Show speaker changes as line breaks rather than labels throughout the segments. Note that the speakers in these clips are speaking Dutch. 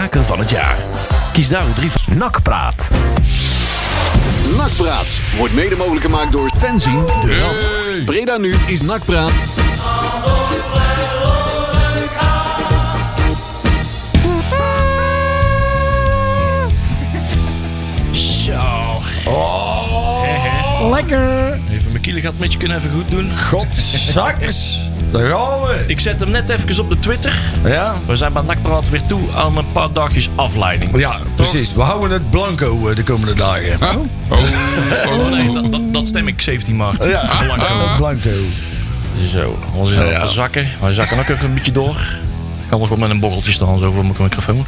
lekker van het jaar. Kies daarom drie van...
Nakpraat.
Nakpraat wordt mede mogelijk gemaakt door
Fanzine de Rad.
Breda nu is Nakpraat.
Zo.
Lekker.
Even mijn kielen met je kunnen even goed doen.
Godzakkers. Daar gaan we.
Ik zet hem net even op de Twitter.
Ja.
We zijn bij Nakpraat weer toe aan een paar dagjes afleiding.
Ja, precies. We houden het blanco eh, de komende dagen.
Oh, oh,
Oh
oh.
nee, dat, dat, dat stem ik 17 maart.
Ja, blanco. blanco.
Zo, ons is
Ja.
al zakken. Wij zakken ook even een beetje door. Ik kan nog wel met een borreltje staan zo voor mijn microfoon.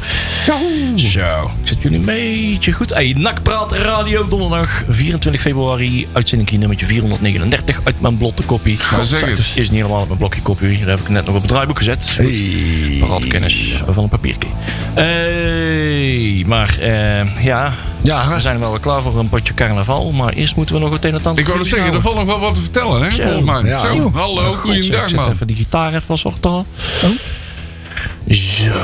Zo, ik zet jullie een beetje goed. Hey, Nakpraat Radio, donderdag 24 februari. Uitzending hier nummertje 439 uit mijn blotte kopie.
zeg het.
Is niet helemaal op mijn blokje kopie. Daar heb ik net nog op het draaiboek gezet. Goed. Paradkennis van een papiertje. Hey, maar eh, ja,
Ja,
we zijn wel weer klaar voor een potje carnaval. Maar eerst moeten we nog het een en ander
Ik wou het zeggen, er valt nog wel wat te vertellen, hè?
Zo.
Volgens mij.
Ja.
Zo, hallo,
God, zeg,
goeiedag,
Ik zet
man. Oh.
even die gitaar even als ochtend. Zo,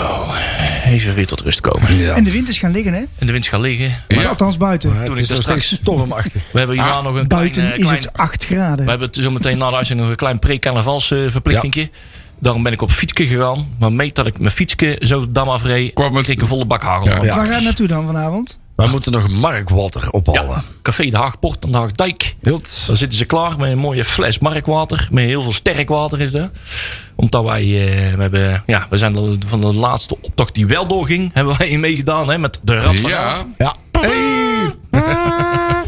even weer tot rust komen.
En de wind is gaan liggen, hè?
En de wind gaat liggen. Maar
Ja,
Althans buiten.
Toen
ik
is
daar
er
straks-
straks stormachtig.
we hebben
Ah,
hierna nog een
Buiten
klein... eh,
is
klein
het 8 graden.
we hebben het zometeen na de uitzending nog een klein pre-carnavalsverplichtingje. Daarom ben ik op fietsje gegaan. Maar meet dat ik mijn fietsje zo dam afreed,
Kwam het-
kreeg ik een volle bak hagel.
Ja.
man.
Oh Ja.
Waar gaan we naartoe dan vanavond?
We moeten nog Mark Water
Ja,
ophalen.
Café De Haagpoort aan de Haagdijk.
Wilt.
Dan zitten ze klaar met een mooie fles markwater. Met heel veel sterk water is dat. Omdat wij, eh, we, hebben, ja, we zijn de- van de laatste optocht die wel doorging. Hebben wij meegedaan hè, met de Rad van Raaf.
ja.
Ja. Hey!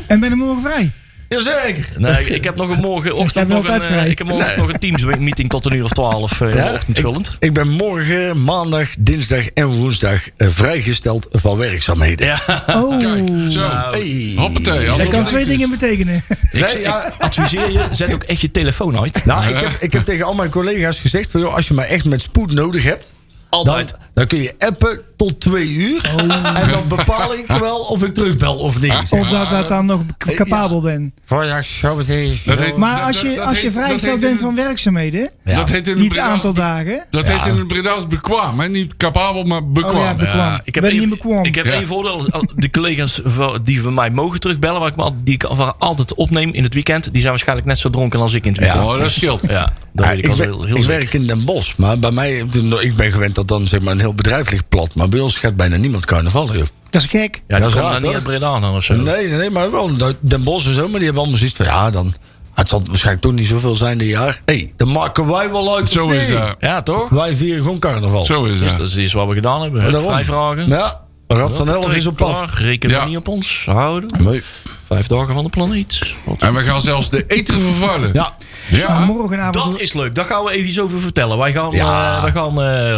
En ben je morgen vrij?
Jazeker.
Nee, ik- ik heb nog een morgenochtend
Jij bent
nog een,
altijd
eh,
vrij.
ik heb morgen nog een Teams meeting tot een uur of twaalf eh in de
Ja,
ochtend vullend.
Ik ben morgen, maandag, dinsdag en woensdag eh, vrijgesteld van werkzaamheden.
Ja,
Oh,
Kijk, zo.
Hey.
Hoppatee.
dat
alles
kan
wat
twee
ik-
dingen betekenen.
ik,
Nee, ja.
ik adviseer je, zet ook echt je telefoon uit.
Nou, ik heb, ik heb tegen al mijn collega's gezegd: van, joh, als je mij echt met spoed nodig hebt, dan,
Altijd.
dan kun je appen tot twee uur. En dan bepaal ik wel of ik terugbel of niet.
Of dat dat dan nog k- capabel ben.
Vandaag zo meteen.
Dat heet-
Maar
dat-
als
dat-
je,
dat
als je
heet- dat
vrijgesteld
heet
bent
in-
van werkzaamheden,
Dat heet in het
niet het
Bredaals-
aantal dagen.
Dat heet in het Bredaals bekwaam, hè? Niet capabel, maar
Oh ja,
bekwaam.
bekwaam.
Ja, ik heb
ben je
één-
bekwaam?
Ik heb
Ja.
één voordeel. Al- De collega's van- die van mij mogen terugbellen, waar ik me al- die ik al- altijd opneem in het weekend, die zijn waarschijnlijk net zo dronken als ik in het weekend.
Oh, dat scheelt.
Ja, dat
Ja,
weet ik,
Ah, ik
al
wer-
heel, heel
ik
zeker.
werk in Den Bosch, maar bij mij, ik ben gewend dat dan zeg maar een heel bedrijf ligt plat. Maar bij ons gaat bijna niemand carnaval. Joh.
Dat is gek.
Ja,
dat
dat
is
komt
raar,
dan niet
hoor.
uit Breda dan of zo.
Nee, nee, nee, maar wel dat- Den Bosch en zo, maar die hebben allemaal zoiets van ja, dan. Het zal waarschijnlijk toch niet zoveel zijn dit jaar. Hé, hey, dan maken wij wel uit.
Zo
of
is
niet?
dat.
Ja, toch?
Wij vieren gewoon carnaval.
Zo is eh.
Dus
dat.
dat is iets wat we gedaan hebben. Hup,
Daarom.
Vijf vragen.
Ja, Rad van Elf is op pad.
Klaar, Reken
Ja.
we niet op ons. Houden.
Mooi.
Vijf dagen van de planeet. Wat-
En we gaan zelfs de eter vervallen.
Ja,
Maar
ja.
morgenavond.
Dat is leuk. Daar gaan we even iets over vertellen. Wij gaan,
Ja.
eh, wij gaan eh,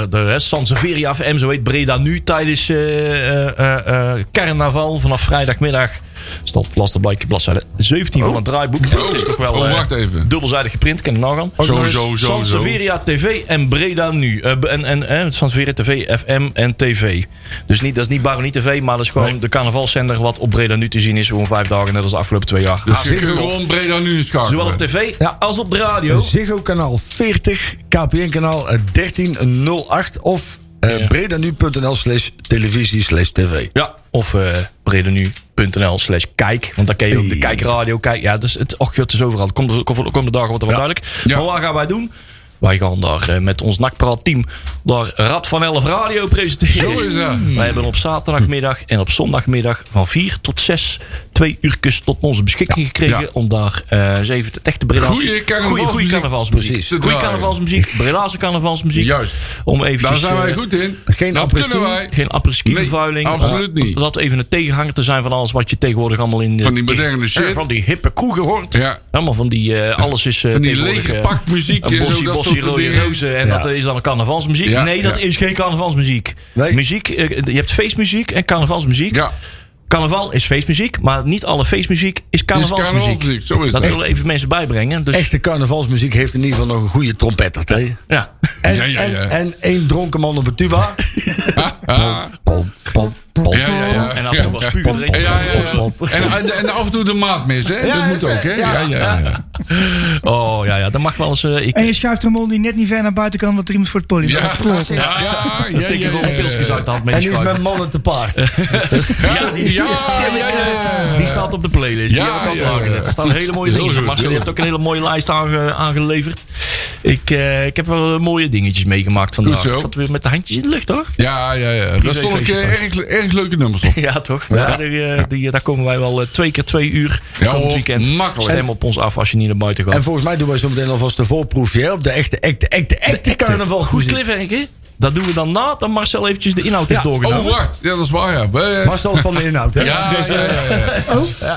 de rest van Severia FM, zo heet Breda nu, tijdens eh eh, eh, eh, carnaval vanaf vrijdagmiddag. Stop, lastig blijkje, bladzijde 17 van het draaiboek. En het is toch wel
Oh,
eh,
wacht even.
dubbelzijdig geprint, kan ik nagaan.
Zo, zo, zo,
San
zo.
Severia TV en Breda nu. Eh, en en eh, San Severia TV, FM en TV. Dus niet, dat is niet Baronie TV, maar dat is gewoon de carnavalzender wat op Breda nu te zien is. Gewoon vijf dagen, net als de afgelopen twee jaar.
Dus je kunt gewoon Breda nu schakelen.
Zowel op tv
Ja.
als op de radio.
Ziggo kanaal 40, KPN kanaal eh, 1308 of eh
Ja.
bredanu.nl slash televisie slash tv.
Ja, of eh bredenu.nl slash kijk. Want dan kan je ook de
Hey.
kijkradio kijken. Ja, dus het, och, joh, het is overal. Komt er- Komt kom de dagen wat er wel duidelijk.
Ja.
Maar wat gaan wij doen? Wij gaan daar eh, met ons nakpraat team daar Rad van 11 Radio presenteren.
Zo is dat.
Wij hebben op zaterdagmiddag en op zondagmiddag van 4 tot 6 twee uurtjes tot onze beschikking gekregen.
Ja.
Om daar eh, eens even te echte Breda's...
Goeie carnavalsmuziek.
Goeie carnavalsmuziek.
Precies.
Goeie
Te draaien.
carnavalsmuziek. Breda's carnavalsmuziek.
Juist.
Om eventjes...
Daar zijn wij
eh,
goed in.
Geen
dat
apres-ski.
kunnen wij.
geen apres-ski
Nee,
vervuiling.
absoluut
Eh,
niet.
Dat even een tegenhanger te zijn van alles wat je tegenwoordig allemaal in... de-
Van die moderne
eh,
shit.
Van die hippe kroegen hoort.
Ja.
Allemaal van die... eh, alles is eh,
Van die
tegenwoordig, eh,
leeggepakt muziek
een
en zo,
Bossie,
dat
bossie,
soort
rode
dingen.
rozen. En
Ja.
dat is dan een carnavalsmuziek.
Ja,
Nee, dat
ja.
is geen carnavalsmuziek.
Nee.
Muziek, eh, je hebt feestmuziek en carnavalsmuziek.
Ja.
Carnaval is feestmuziek, maar niet alle feestmuziek is carnavalsmuziek.
carnavalsmuziek, zo is
dat
dat.
willen even mensen bijbrengen. Dus,
Echte carnavalsmuziek heeft in ieder geval nog een goede trompetter. hè?
Ja.
En,
Ja, ja, ja.
En, en één dronken man op een tuba.
Ah, ah.
Pom, pom, pom.
Ja, ja, ja.
En af en toe wel
Ja.
spuug puur drinken.
Ja, ja, ja. En, en, en af en toe de maat mis, hè? dat moet ook, hè? Ja, ja, ja.
Oh ja, ja, dat mag wel eens. eh, ik
En je schuift een mol die net niet ver naar buiten kan, want er iemand voor het podium gaat.
ja, ja, ja,
tik er wel een pilsjes uit de hand mee.
En die is met mannen te paard.
Ja, die,
Ja, ja, ja.
die staat op de playlist.
Ja,
die heb ik al
ja, ja.
aangezet. Er staan hele mooie
Heel
dingen.
goed,
Marcel, je
heel
hebt ook een hele mooie lijst aange- aangeleverd. Ik, eh, ik heb wel mooie dingetjes meegemaakt vandaag.
Goed zo.
Ik zat weer met de handjes in de lucht, toch?
Ja, ja, ja. Daar stonden ook, eh, erg, erg leuke nummers op.
Ja, toch? Ja. die, eh, die, daar komen wij wel eh, twee keer twee uur
Ja,
komend
hoor,
weekend.
makkelijk.
Stem op ons af als je niet naar buiten
En
gaat.
volgens mij doen wij zo meteen alvast een voorproefje hè, op de echte, echte, echte, echte
Echte,
carnaval.
Goed cliffhanger. Dat doen we dan na dat Marcel eventjes de inhoud heeft
Ja.
doorgenomen.
Oh, wacht. Ja, dat is waar, ja. Eh,
Marcel van de inhoud, hè?
Ja, ja, ja. ja.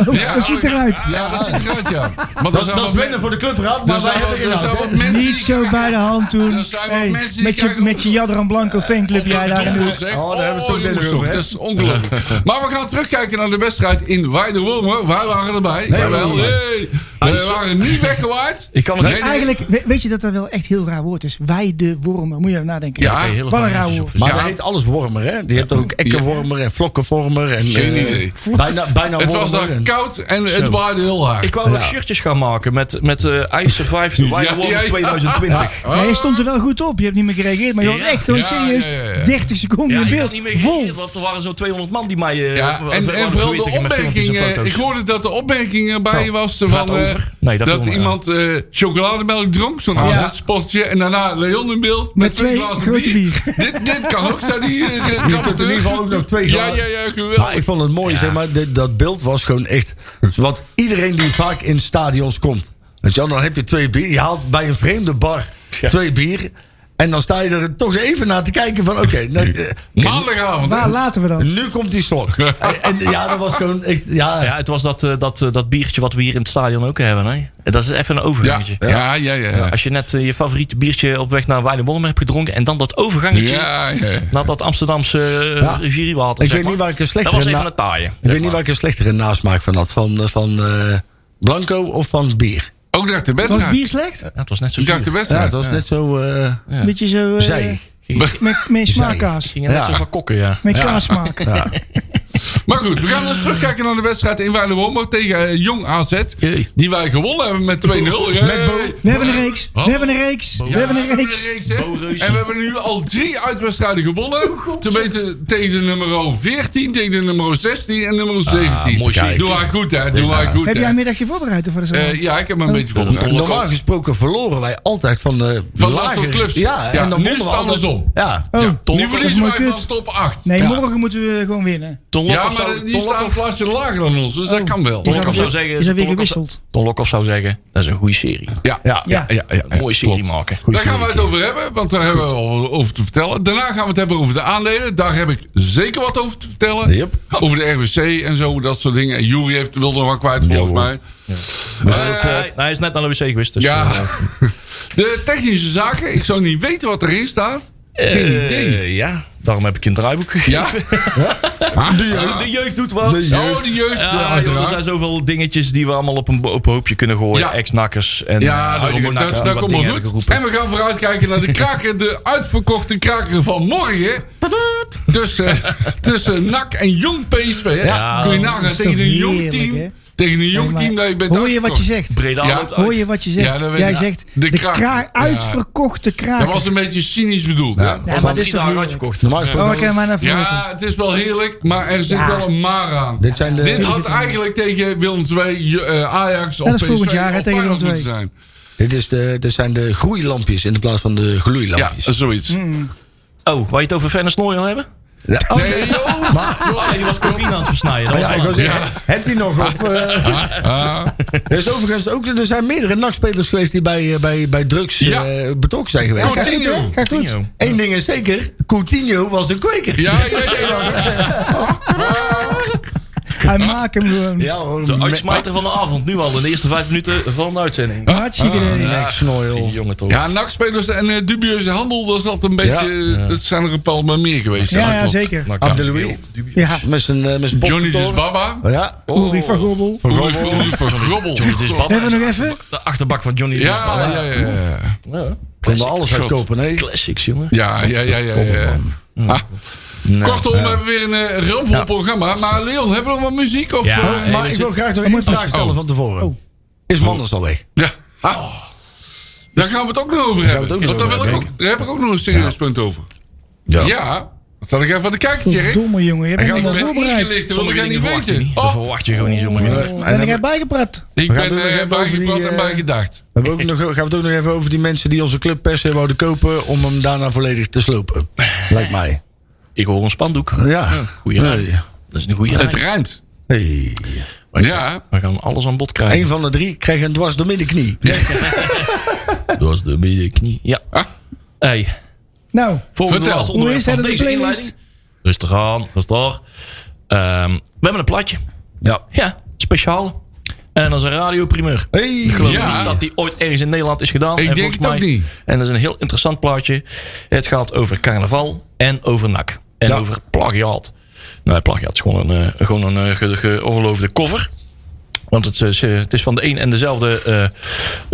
Oh,
Ja,
dat ziet eruit.
Ja, dat ziet eruit, ja. Maar
Dat, dat is minder voor de clubraad, maar
Maar
wij hebben
er zijn
inhoud.
wat
hè.
mensen
Niet zo bij de hand doen.
Er zijn wel
Hey,
mensen die
met, je,
kijken-
met je Jadran Blanco fanclub jij daar in de hoek.
Oh, daar hebben we het zo meteen
jongens,
over, hè?
Dat is ongelooflijk. maar we gaan terugkijken naar de wedstrijd in Weiderwormer. Wij waren erbij.
Nee,
Jawel,
nee.
hey.
Ah,
We
zo-
waren niet weggewaaid.
Ik kan het
Nee,
zeggen.
nee.
Eigenlijk, we- weet je dat dat wel echt heel raar woord is? Wij de wormen, moet je even nadenken.
Ja,
Oké, hele
Wat een
fijne
rauw
handjes
hoofd.
op.
Maar
Ja.
dat heet alles wormer, hè? Die hebt ook ekkenwormer en vlokkenvormer. En,
Geen
eh,
idee.
Bijna, bijna
Het was
wormer
daar
en-
koud en het waaide heel hard.
Ik wou nog shirtjes gaan maken met, met eh I Survived the Wild
Ja,
World
ja, ja.
2020.
Ja, je stond er wel goed op. Je hebt niet meer gereageerd. Maar je had
Ja.
echt gewoon
Ja,
serieus
ja, ja, ja.
30 seconden
Ja,
in
ik
beeld.
had niet meer
vol.
gereageerd, want er waren zo'n 200 man die mij... eh,
Ja,
waren
en, en
verweten
vooral de
met filmpjes en
opmerking. eh,
foto's.
Ik hoorde dat de opmerking erbij
Nou,
Oh,
was
gaat
van, eh,
over. Nee, dat
dat
viel me, ja.
iemand eh, chocolademelk dronk, zo'n aanzetspotje. En daarna Leon in beeld met,
Met
twee
twee
glazen
grote
bier. dit, dit kan ook, zei die. eh, de
Je kunt in ieder geval ook nog twee
Ja,
gaan.
ja, ja,
Maar
geweldig.
ik vond het mooi, zeg maar, dit- dat beeld was gewoon echt... Want iedereen die vaak in stadions komt... Weet je wel, dan heb je twee bier. Je haalt bij een vreemde bar
Ja.
twee bier... En dan sta je er toch even naar te kijken van... Oké, nou, eh,
Maandagavond.
Waar laten we dat?
nu komt die slok. En, en ja, dat was gewoon echt...
Ah.
Ja,
Ja, het was dat, eh, dat, eh, dat biertje wat we hier in het stadion ook hebben. Hè? Dat is even een
Ja,
overgangetje.
ja, ja, ja. ja.
Als je net eh, je favoriete biertje op weg naar Weideworm hebt gedronken... en dan dat overgangetje
Ja, ja.
naar dat Amsterdamse eh,
Ja.
rivierwater.
ik
zeg
weet
maar.
niet waar ik een
Dat
slechtere...
was even
na-
een taaien.
ik weet niet waar ik een slechtere nasmaak van had. Van, eh, van eh, Blanco of van bier.
Ook dacht de
Was het
wedstrijd.
bier slecht?
Ja, het was net zo
Ik dacht de
zuur.
Ja,
wedstrijd.
het was net zo... eh
Een beetje zo... eh,
zij.
Met, met smaakkaas.
Ging er net
Ja. Hmm.
zo van kokken, ja.
Met kaasmaak.
Maar goed, we gaan eens terugkijken naar de wedstrijd in Weidewormer tegen eh, Jong AZ.
Jee.
Die wij gewonnen hebben met Eh, 2-0. Hey.
We hebben een reeks. We hebben een reeks. We hebben een reeks. Oh,
hè? En we hebben nu al drie uitwedstrijden gewonnen. Te weten tegen de nummer 14, tegen de nummer 16 en nummer
Ah,
17.
mooi
Kijk.
ziek.
Doe haar goed, hè? Doe haar goed,
Heb
hè?
jij Oh. een middagje voorbereid? Of wat is er?
Eh, ja, ik heb me een beetje voorbereid.
Normaal gesproken verloren wij altijd van de
Van dat
lagere
soort clubs.
Ja,
Ja,
en dan wonnen
nu
we
is het
altijd-
andersom.
Ja.
Oh.
Nu verliezen
Dat is
wij
maar
van
kut.
top 8.
Nee, morgen moeten we gewoon winnen.
Ton
Ja,
Lokhoff
maar
zou-
die
Ton
staan een
Lokhoff-
plasje lager dan ons,
Oh.
dus dat kan wel.
Ton Lokhoff
Is
zou
dat-
zeggen...
is dat weer
Ton Lokhoff-
gewisseld?
Ton Lokhoff zou zeggen... Dat is een goede serie.
Ja, ja,
Ja.
ja. ja, ja,
Een mooie serie
klopt.
maken.
Daar gaan we het over hebben, want daar hebben we al over te vertellen. Daarna gaan we het hebben over de aandelen. Daar heb ik zeker wat over te vertellen.
Yep.
Over de RWC en zo, dat soort dingen. En Jury heeft wil nog wat kwijt, volgens
hoor.
mij. Eh,
Eh, hij- hij is net naar de wc geweest. Dus,
Ja.
eh,
De technische zaken, ik zou niet weten wat erin staat. Geen
eh,
idee.
ja, daarom heb ik je een draaiboek gegeven.
Ja? De jeugd.
De jeugd doet wat.
Oh, eh, de jeugd,
Ja,
ja,
joh, er zijn
uiteraard.
zoveel dingetjes die we allemaal op een, bo- op een hoopje kunnen gooien.
Ja.
Ex-nakkers en
Ja,
eh,
dat,
oude
dat,
nakkers
dat,
en wat
komt
dingen
wel
hebben
goed.
geroepen.
En we gaan vooruitkijken naar de kraker, de uitverkochte kraker van morgen. Tussen, eh, tussen NAC en Jong PSV. hè.
Ja.
Kun je
Dat
nagaan
is
tegen
toch
een jong
heerlijk,
team.
hè?
Tegen een jong
Maar
team dat je bent
Hoor je wat je
uitverkocht.
zegt?
Breda
Ja.
loopt uit.
Hoor je wat je zegt?
Ja, dat weet
Jij
ik.
zegt
De
de,
kraker.
kra-
Ja.
uitverkochte kraker.
Dat was een beetje cynisch bedoeld. Ja,
Ja, maar dit is toch heerlijk.
Normaal
Oh,
gesproken...
ik heb mij naar voren.
ja het is wel heerlijk, maar er zit
Ja. eh,
wel een maar aan.
Dit zijn de...
Dit had eigenlijk tegen Willem II, je- eh, Ajax of
dat is
PSV
volgend jaar, hè,
of
tegen
Feyenoord
Willem
moeten zijn.
Dit, is de, dit zijn de groeilampjes in de plaats van de
Ja, dus-
gloeilampjes.
zoiets.
Mm.
Oh, waar je het over Fennis Nooy al hebben?
Ja, oh,
Nee, joh.
Ah.
Oh, je was cocaïne aan het versnijden. Dat
ja,
was
ik
wel
wou
een-
zeggen, hebt hij nog? Of, eh,
Ah.
er, is overigens ook, er zijn meerdere nachtspelers geweest die bij, eh, bij, bij drugs eh,
Ja.
betrokken zijn geweest.
Goed. Coutinho.
Gaat goed.
Coutinho.
Eén ding is zeker, Coutinho was een kweker.
Ja, ja, ja. ja.
Hij maakt hem gewoon.
Ja hoor,
De
me-
uitsmijter van de avond. Nu al in de eerste vijf minuten van de uitzending.
Hartstikke
Ah,
idee.
Niks,
Die
snoil.
jongen toch.
Ja, nachtspelers en eh, dubieuze handel, dat is altijd een beetje... eh, Dat zijn er een paar maar meer geweest.
Ja, ja,
klopt.
zeker.
Nou, kan-
Abdelouis.
Ja.
Met zijn eh, met zijn
Johnny
bokkentoren.
Disbaba.
Ja.
Uri van Gobbel.
Oei, oei, vergrobbel.
Het is Bab-
Hebben we nog even?
De achterbak van Johnny
Ja,
Lisbon.
ja, ja, ja.
Ja.
Konden alles uitkopen, nee.
Classics, jongen.
Ja, ja, ja, ja. ja. Ah. Kortom, we hebben weer een eh ramvol programma. Maar Leon, hebben we nog wat muziek? Of,
Ja,
eh,
eh,
Maar
dat
ik
is-
wil graag nog één vraag stellen
Oh.
van tevoren. Is Manders al weg?
ja. Ha.
Oh.
Daar gaan we het ook nog over hebben.
het ook nog
Want daar,
over
wil ik ook, daar heb ik ook nog een serieus punt over. Ja. Dat zal ik even aan de kijker, Jerry.
Domme jongen, je bent
Ik
niet
ben
voorbereid.
ingelicht, dat wil ik
dingen
eigenlijk
verwacht je
niet
niet.
weten.
Dat
Oh,
verwacht je gewoon niet zomaar.
Ben ik erbij gepraat?
ik
gaan het
ben
ook nog
eh,
even over
bijgepraat
die,
en
eh,
bijgedacht.
We hebben ook nog, gaan we het ook nog even over die mensen die onze clubpers hebben wouden kopen. om hem daarna volledig te slopen. Lijkt mij.
Ik hoor een spandoek.
Ja.
Goeie raad. Dat is een goede
Het
raad.
ruimt.
Hey.
Ja.
We gaan alles aan bod krijgen.
Eén van de drie kreeg een dwars door middenknie.
Dat is de middenknie. Ja.
Ah.
Hey.
Nou,
Volgende
Vertel.
laatste onderwerp
Hoe is dat
van
in de
deze
playlist?
inleiding. Rustig aan, rustig. Ehm, we hebben een platje.
Ja.
Ja, speciaal. En dat is een radioprimeur.
Hey.
Ik geloof
Ja.
niet dat die ooit ergens in Nederland is gedaan.
Ik
en
denk
volgens
het ook niet.
En dat is een heel interessant plaatje. Het gaat over carnaval en over nak. En over plagiaat. Nou, plagiaat is gewoon een, eh, gewoon een eh, ge- geoorloofde cover. Want het is, eh, het is van de een en dezelfde eh,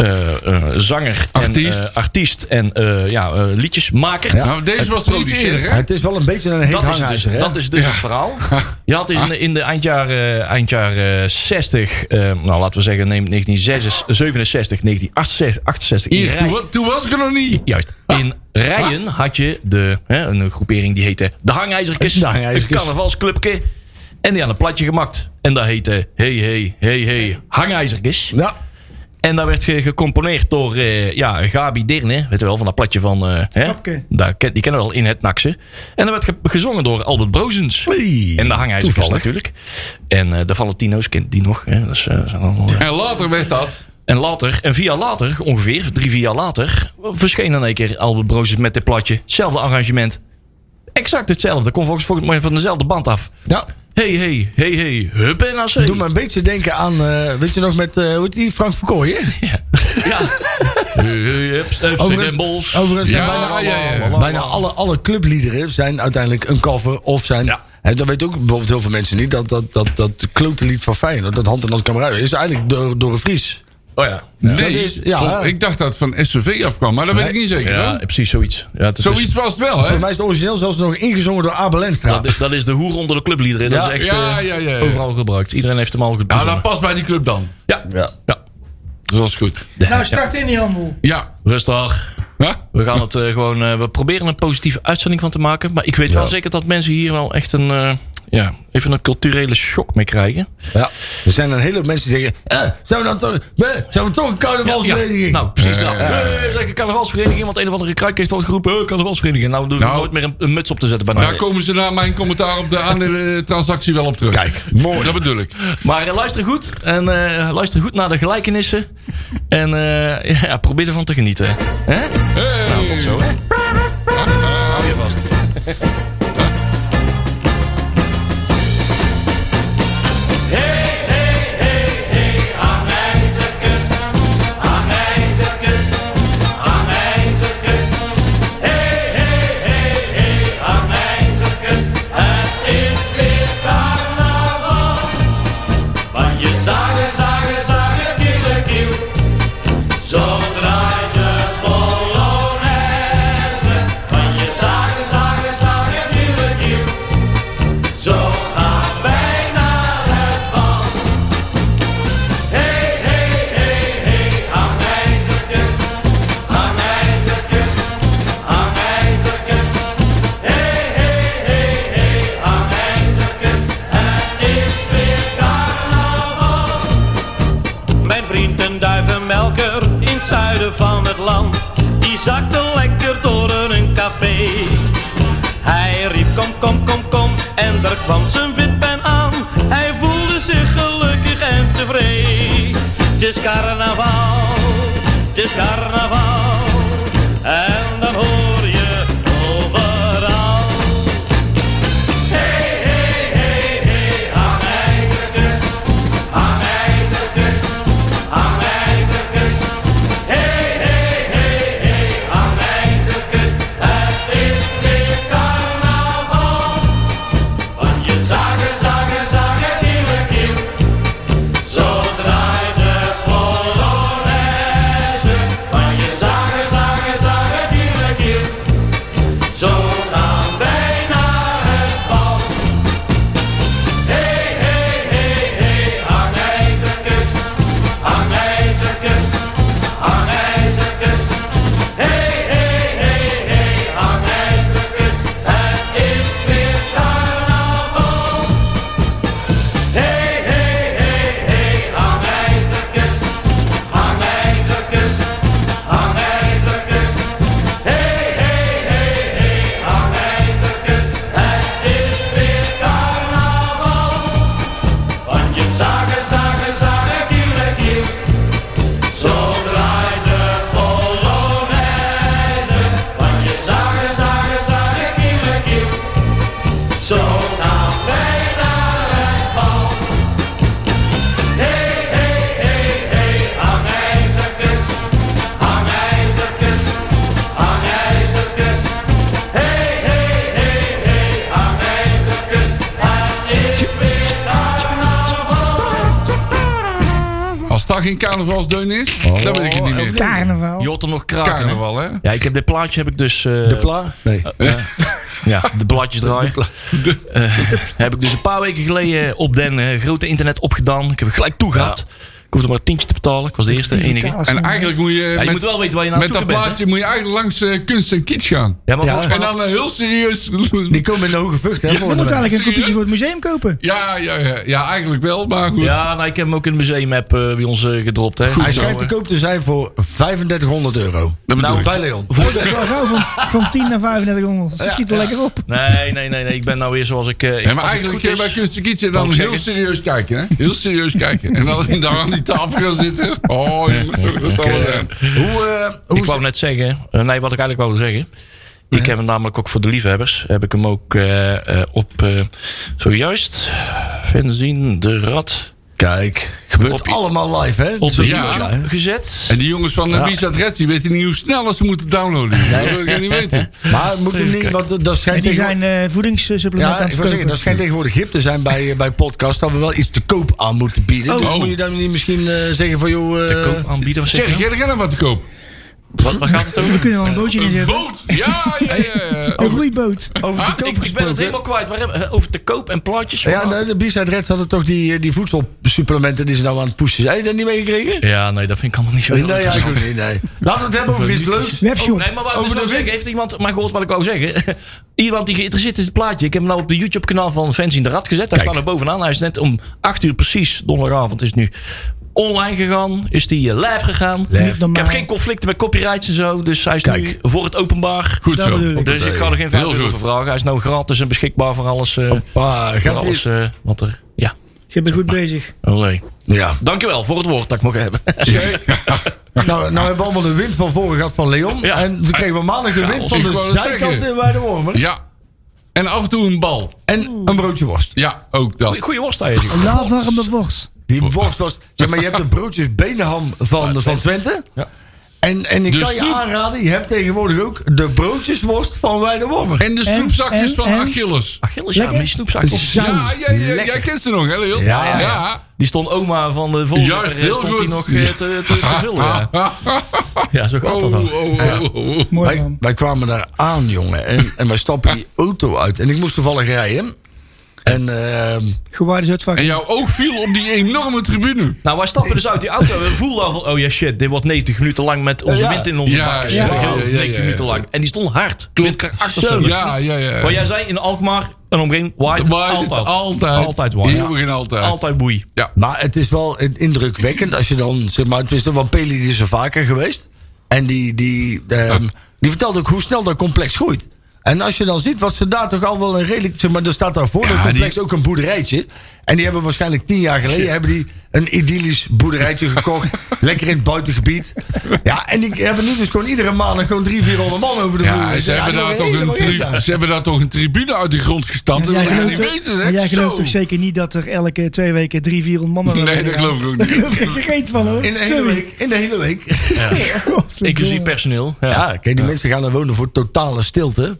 eh, eh, zanger
Artiest.
en eh, artiest en eh, ja, eh, liedjesmaker.
Nou, deze was er iets
produceren.
eerder, hè?
Het is wel een beetje een heet
Dat is, het dus,
hangijzer, hè?
dat is dus het verhaal. Je had dus in, de- in de eindjaar, eh, eindjaar eh, 60, eh, nou laten we zeggen, neem 1967, 1968, 68. In
Hier,
rij-
toen, wa- toen was ik er nog niet.
Juist.
Ah.
In Rijen had je de, hè, een groepering die heette de Hangijzerkes.
De Hangijzerkes.
Een carnavalsclubje. En die had een platje gemaakt. En dat heette Hey Hey Hey Hey Hangijzerkes.
Ja.
En dat werd ge- gecomponeerd door eh, ja, Gabi Dirne. Weet je wel, van dat platje van... eh, hè?
Oké.
Daar ken- die kennen we al in het naksen. En dat werd ge- gezongen door Albert Brozens. En de hangijzers natuurlijk. En eh, de Valentino's kent die nog. Hè? Dat is, eh, zijn allemaal, eh.
En later werd dat.
En later, en vier jaar later, ongeveer, drie, vier jaar later... verscheen in één keer Albert Brozens met dit platje. Hetzelfde arrangement. Exact hetzelfde. Dat kon volgens, volgens mij van dezelfde band af.
Ja.
Hey, hey, hey, hey, hup en AC.
Doe me een beetje denken aan, eh, weet je nog, met eh, hoe heet die Frank Verkooyen?
Ja. Hup, FC Den Bosch.
overigens
Ja,
zijn bijna,
ja, ja, ja.
alle, bijna alle, alle clubliederen zijn uiteindelijk een cover of zijn...
Ja.
En dat weten ook bijvoorbeeld heel veel mensen niet. Dat, dat, dat, dat klote lied van Feyenoord, dat Hand en Hand kan maar uit, is eigenlijk door, door een Fries.
Oh ja.
Nee,
Dat is- ja.
Goh, ik dacht dat het van SCV afkwam, maar dat weet ik niet zeker.
Ja,
hoor.
precies zoiets. Ja, dat,
Zoiets
Is,
was het wel, hè?
Volgens mij is het origineel zelfs nog ingezongen door Abel Enstra.
dat, is, dat is de hoer onder de clubliederen. Dat
Ja.
is echt
Ja,
eh,
ja, ja, ja.
overal gebruikt. Iedereen heeft hem al
Nou,
gezongen.
dat past bij die club dan.
Ja, ja.
Dus dat is goed.
nou start in die handel.
Ja.
Rustig.
Huh?
We gaan het eh, gewoon... eh, we proberen een positieve uitzending van te maken. Maar ik weet wel zeker dat mensen hier wel echt een... eh, ja, even een culturele shock mee krijgen.
Ja. Er zijn een hele hoop mensen die zeggen... Eh, zijn we dan toch, eh, zijn we toch een carnavalsvereniging?
nou, precies dat. Eh, zeg, een carnavalsvereniging, want een of andere kruik heeft ooit geroepen... eh, carnavalsvereniging. Nou, doen we
Nou.
nooit meer een, een muts op te zetten bij
Daar komen ze na mijn commentaar op de aandelentransactie wel op terug. Kijk, mooi. Dat bedoel ik.
Maar eh, luister goed. En eh, luister goed naar de gelijkenissen. En eh, ja, probeer ervan te genieten. Hè? Nou, tot zo. Hè? Hou je vast.
Van je zagen, zagen, zagen, kille kiel. Zo draait de polonaise. Van je zagen, zagen, zagen, kille kiel. Zo gaan wij naar het bal. Hey, hey, hey, hey, hangijzerkes. Hangijzerkes, hangijzerkes. Hey, hey, hey, hey, hangijzerkes. Het is weer carnaval. Mijn vriend een duivenmelker in het zuiden van het land, die zakte lekker door een café. Hij riep kom, kom, kom, kom en daar kwam zijn witpen aan. Hij voelde zich gelukkig en tevreden. Het is carnaval, het is carnaval. En dan hoor je overal. Hey, hey, hey, hey, hangijzerkes, hangijzerkes, hangijzerkes. Hey, hey, hey, hey, hangijzerkes, het is weer carnaval. Van je zagen, zagen, zagen, kiele kiel. Zo draait de polonaise. Van je zagen, zagen, zagen,
daar geen carnavalsdeun is?
Oh.
dat weet ik het niet meer.
Carnaval.
Je hoort hem nog kraken. hè?
Carnaval, hè?
Ja, ik heb dit plaatje heb ik dus... eh,
Nou.
De pla? Nee.
Ja, de blaadjes draaien. Eh, heb ik dus een paar weken geleden op den eh, grote internet opgedaan. Ik heb er gelijk toe gehad. Ik hoefde maar een tientje te betalen. Ik was de eerste, enige. Ja,
Digitale
En
snoer.
eigenlijk moet je...
je
met,
moet wel weten waar je naar
met dat
zoeken bent.
plaatje
hè?
moet je eigenlijk langs eh, kunst en kitsch gaan.
Ja, maar
Ja.
volgens
En
mij...
dan een heel serieus...
Die komen in de hoge vucht, hè?
Dan
volgende
moet
week.
eigenlijk een
Serieus?
kopietje voor het museum kopen.
Ja, ja, ja, ja, eigenlijk wel, maar goed.
Ja, nou, ik heb hem ook in de museumapp eh, bij ons eh, gedropt. Hè.
Hij
Zo,
schijnt te
eh,
koop te zijn voor 3500 euro.
Dat bedoel
Nou,
ik.
bij Leon.
Dat is wel gauw van, van 10 naar 3500. Ze schiet er lekker op.
Nee, nee, nee, nee. Ik ben nou weer zoals ik... eh,
Ja,
als
maar
het
eigenlijk
goed
kun je bij
is-
kunst en kitsch en
Wou
dan
ik
heel
zeggen.
serieus kijken, hè? Heel serieus kijken. En dan daar aan die tafel gaan zitten. Oh, jongens, dat zal wel zijn.
Hoe, eh, hoe
ik wou net zeggen, eh, nee, wat ik eigenlijk wou zeggen. Ik heb hem namelijk ook voor de liefhebbers. Heb ik hem ook eh, eh, op eh, zojuist. Venzien de Rad.
Kijk, gebeurt
Op-
allemaal live, hè?
Op de
Ja.
YouTube gezet.
En die jongens van de Visa Reds, die weten niet hoe snel ze moeten downloaden. Dat wil ik niet weten.
Maar moet je niet, want dat- dat
En
schijnt
die
tegenwoordig-
zijn eh voedingssupplementen
Ja,
aan het
ik wil zeggen,
verkopen.
dat schijnt tegenwoordig hip te zijn bij, eh, bij podcasts dat we wel iets te koop aan moeten bieden.
Oh.
Dus moet je dan niet misschien eh, zeggen van joh. eh,
Te koop aanbieden. Wat, zeg
Zeg,
je?
jij er nog wat te koop?
wat, waar gaat het
We
over?
kunnen wel een bootje
Een
neerzetten.
boot! Ja, ja, ja. ja.
Een vloeiboot.
over te
Ah,
koop
ik, ik ben het
gesproken.
helemaal kwijt. Waar hebben, eh, over te koop en plaatjes.
Ja,
Ja,
nou, de B-side Reds hadden toch die, eh, die voedselsupplementen die ze nou aan het pushen zijn. Heb je dat niet meegekregen?
ja, nee, dat vind ik allemaal niet zo heel
nee, ja,
interessant.
goed, nee, nee. Laten we het hebben over iets leuks.
Oh,
Webshop.
nee, maar wat ik
Over
dus
de
nou
win-
zeggen, heeft iemand maar gehoord wat ik wou zeggen? iemand die geïnteresseerd is in het plaatje. Ik heb hem nou op de YouTube-kanaal van Fans in de Rad gezet. Hij staat er bovenaan. Hij is net om 8 uur precies, donderdagavond is het nu online gegaan. Is die eh, live gegaan.
Niet
Ik heb
normaal.
geen conflicten met copyrights en zo. Dus hij is nu
Kijk.
voor het openbaar.
Goed
Dat bedoel
zo.
ik.
Dus ik ga er geen vijf
Heel
euro
goed.
voor vragen. Hij is nou gratis en beschikbaar voor alles. eh,
Ah,
voor
gaat die-
alles eh, wat er... Ja,
Je bent goed bezig.
olé.
Ja.
Dankjewel voor het woord dat ik mocht hebben.
Nou, nou hebben we allemaal de wind van voren gehad van Leon.
Ja.
En toen kregen we maandag de wind van
Ik wou
de
dat
zijkant
zeggen.
in bij de wormen.
Ja. En af en toe een bal.
En een broodje worst.
Ja, ook dat.
Goeie worst daar, Erik.
Laat warme worst.
Die worst was. Zeg maar, je hebt de broodjes Benenham van, van Twente. En, en ik
Dus
kan je
niet.
aanraden, je hebt tegenwoordig ook de broodjesworst van Weide Wormer.
En de
En-
snoepzakjes
en-
van
en-
Achilles.
Achilles, ja,
Lekker.
met die snoepzakjes.
Ja, ja, ja, jij
Lekker.
kent ze nog, hè, Leon?
Ja, ja, ja.
Die stond oma van de voorzitter.
Juist,
eh,
heel
stond
goed.
die nog eh, te, te, te vullen. Ja, ja zo gaat
Oh,
dat dan.
Ah, oh, oh, oh, oh.
Mooi
Wij,
man.
wij kwamen daar aan, jongen. En, en wij stappen die auto uit. En ik moest toevallig rijden. En ehm,
Gewaarde uitvak.
En jouw oog viel op die enorme tribune.
Nou, wij stappen dus uit die auto. We voelden al van, oh ja shit, dit wordt 90 minuten lang met onze
Ja.
wind in onze
Ja,
bakkers.
ja,
Heel
ja, ja,
90
ja.
minuten lang. En die stond hard. Windkracht 8 of zo.
Ja, ja, ja.
Wat jij zei, in Alkmaar, een omgeving, waait
Maar
altijd.
Altijd.
Altijd waait.
Eeuwig en altijd.
Altijd boei.
Maar het is wel indrukwekkend als je dan, zeg maar, tenminste, want Peli die is er vaker geweest. En die, die, ehm, die vertelt ook hoe snel dat complex groeit. En als je dan ziet wat ze daar toch al wel een redelijk, zeg maar, er staat daar voor
Ja,
dat complex
die-
ook een boerderijtje. En die hebben waarschijnlijk tien jaar geleden hebben die een idyllisch boerderijtje gekocht. lekker in het buitengebied. Ja, en die hebben nu dus gewoon iedere maandag gewoon drie, vierhonderd man over de vloer.
Ja, ze
Ja,
hebben,
joh,
daar toch een
helemaal
tri-
in daar.
ze hebben daar toch een tribune uit de grond gestampt.
jij
dat wil je niet
gelooft toch-
weten,
maar jij
zeg.
gelooft
Zo.
toch zeker niet dat er elke twee weken drie, vierhonderd mannen...
Nee, dat geloof ik ook niet.
Daar heb ik geen reet van hoor.
In de hele
Sorry.
week. In de hele week.
Godverdomme.
Inclusief personeel. Ja.
Ja, kijk, die mensen gaan daar wonen voor totale stilte.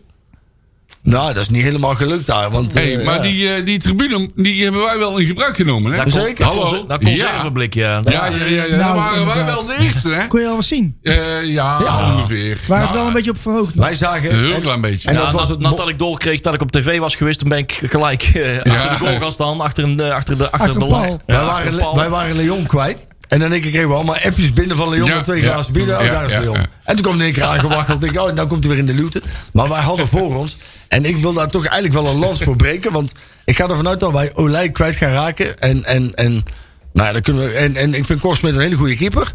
Nou, dat is niet helemaal gelukt daar. Want,
Hey,
eh,
maar
ja.
die, eh, die tribune die hebben wij wel in gebruik genomen, hè?
Dat kon-
Zeker.
dat kon-
Hallo.
Dat
Ja.
conserveblik, ja.
Ja, ja, ja, ja. daar
Nou,
waren wij
inderdaad.
wel de eerste, hè?
Kon je al wat zien?
Eh, ja, ongeveer.
Waar het
Nou,
wel een beetje op verhoogd.
Wij zagen...
Een heel
en-
klein beetje.
En
Ja,
dat was het
nadat,
mo-
nadat ik doorkreeg dat ik op tv was geweest, dan ben ik gelijk eh, achter de goal gaan staan. Achter, een, eh, achter de, achter
Achter
de
een paal.
lat.
wij,
Ja, achter
waren,
een
Le-
paal.
wij waren Leon kwijt. En dan denk ik, kregen we allemaal appjes binnen van Leon.
Ja,
met twee
ja.
glazen bier. Oh,
Ja,
daar is
ja,
Leon.
ja.
En toen kwam in één keer aangewakkeld. denk ik, oh, nou komt hij weer in de luwte. Maar wij hadden voor ons. En ik wil daar toch eigenlijk wel een lans voor breken. Want ik ga ervan uit dat wij Olij kwijt gaan raken. En, en, en, nou ja, dan kunnen we, en, en ik vind Korsmit een hele goede keeper.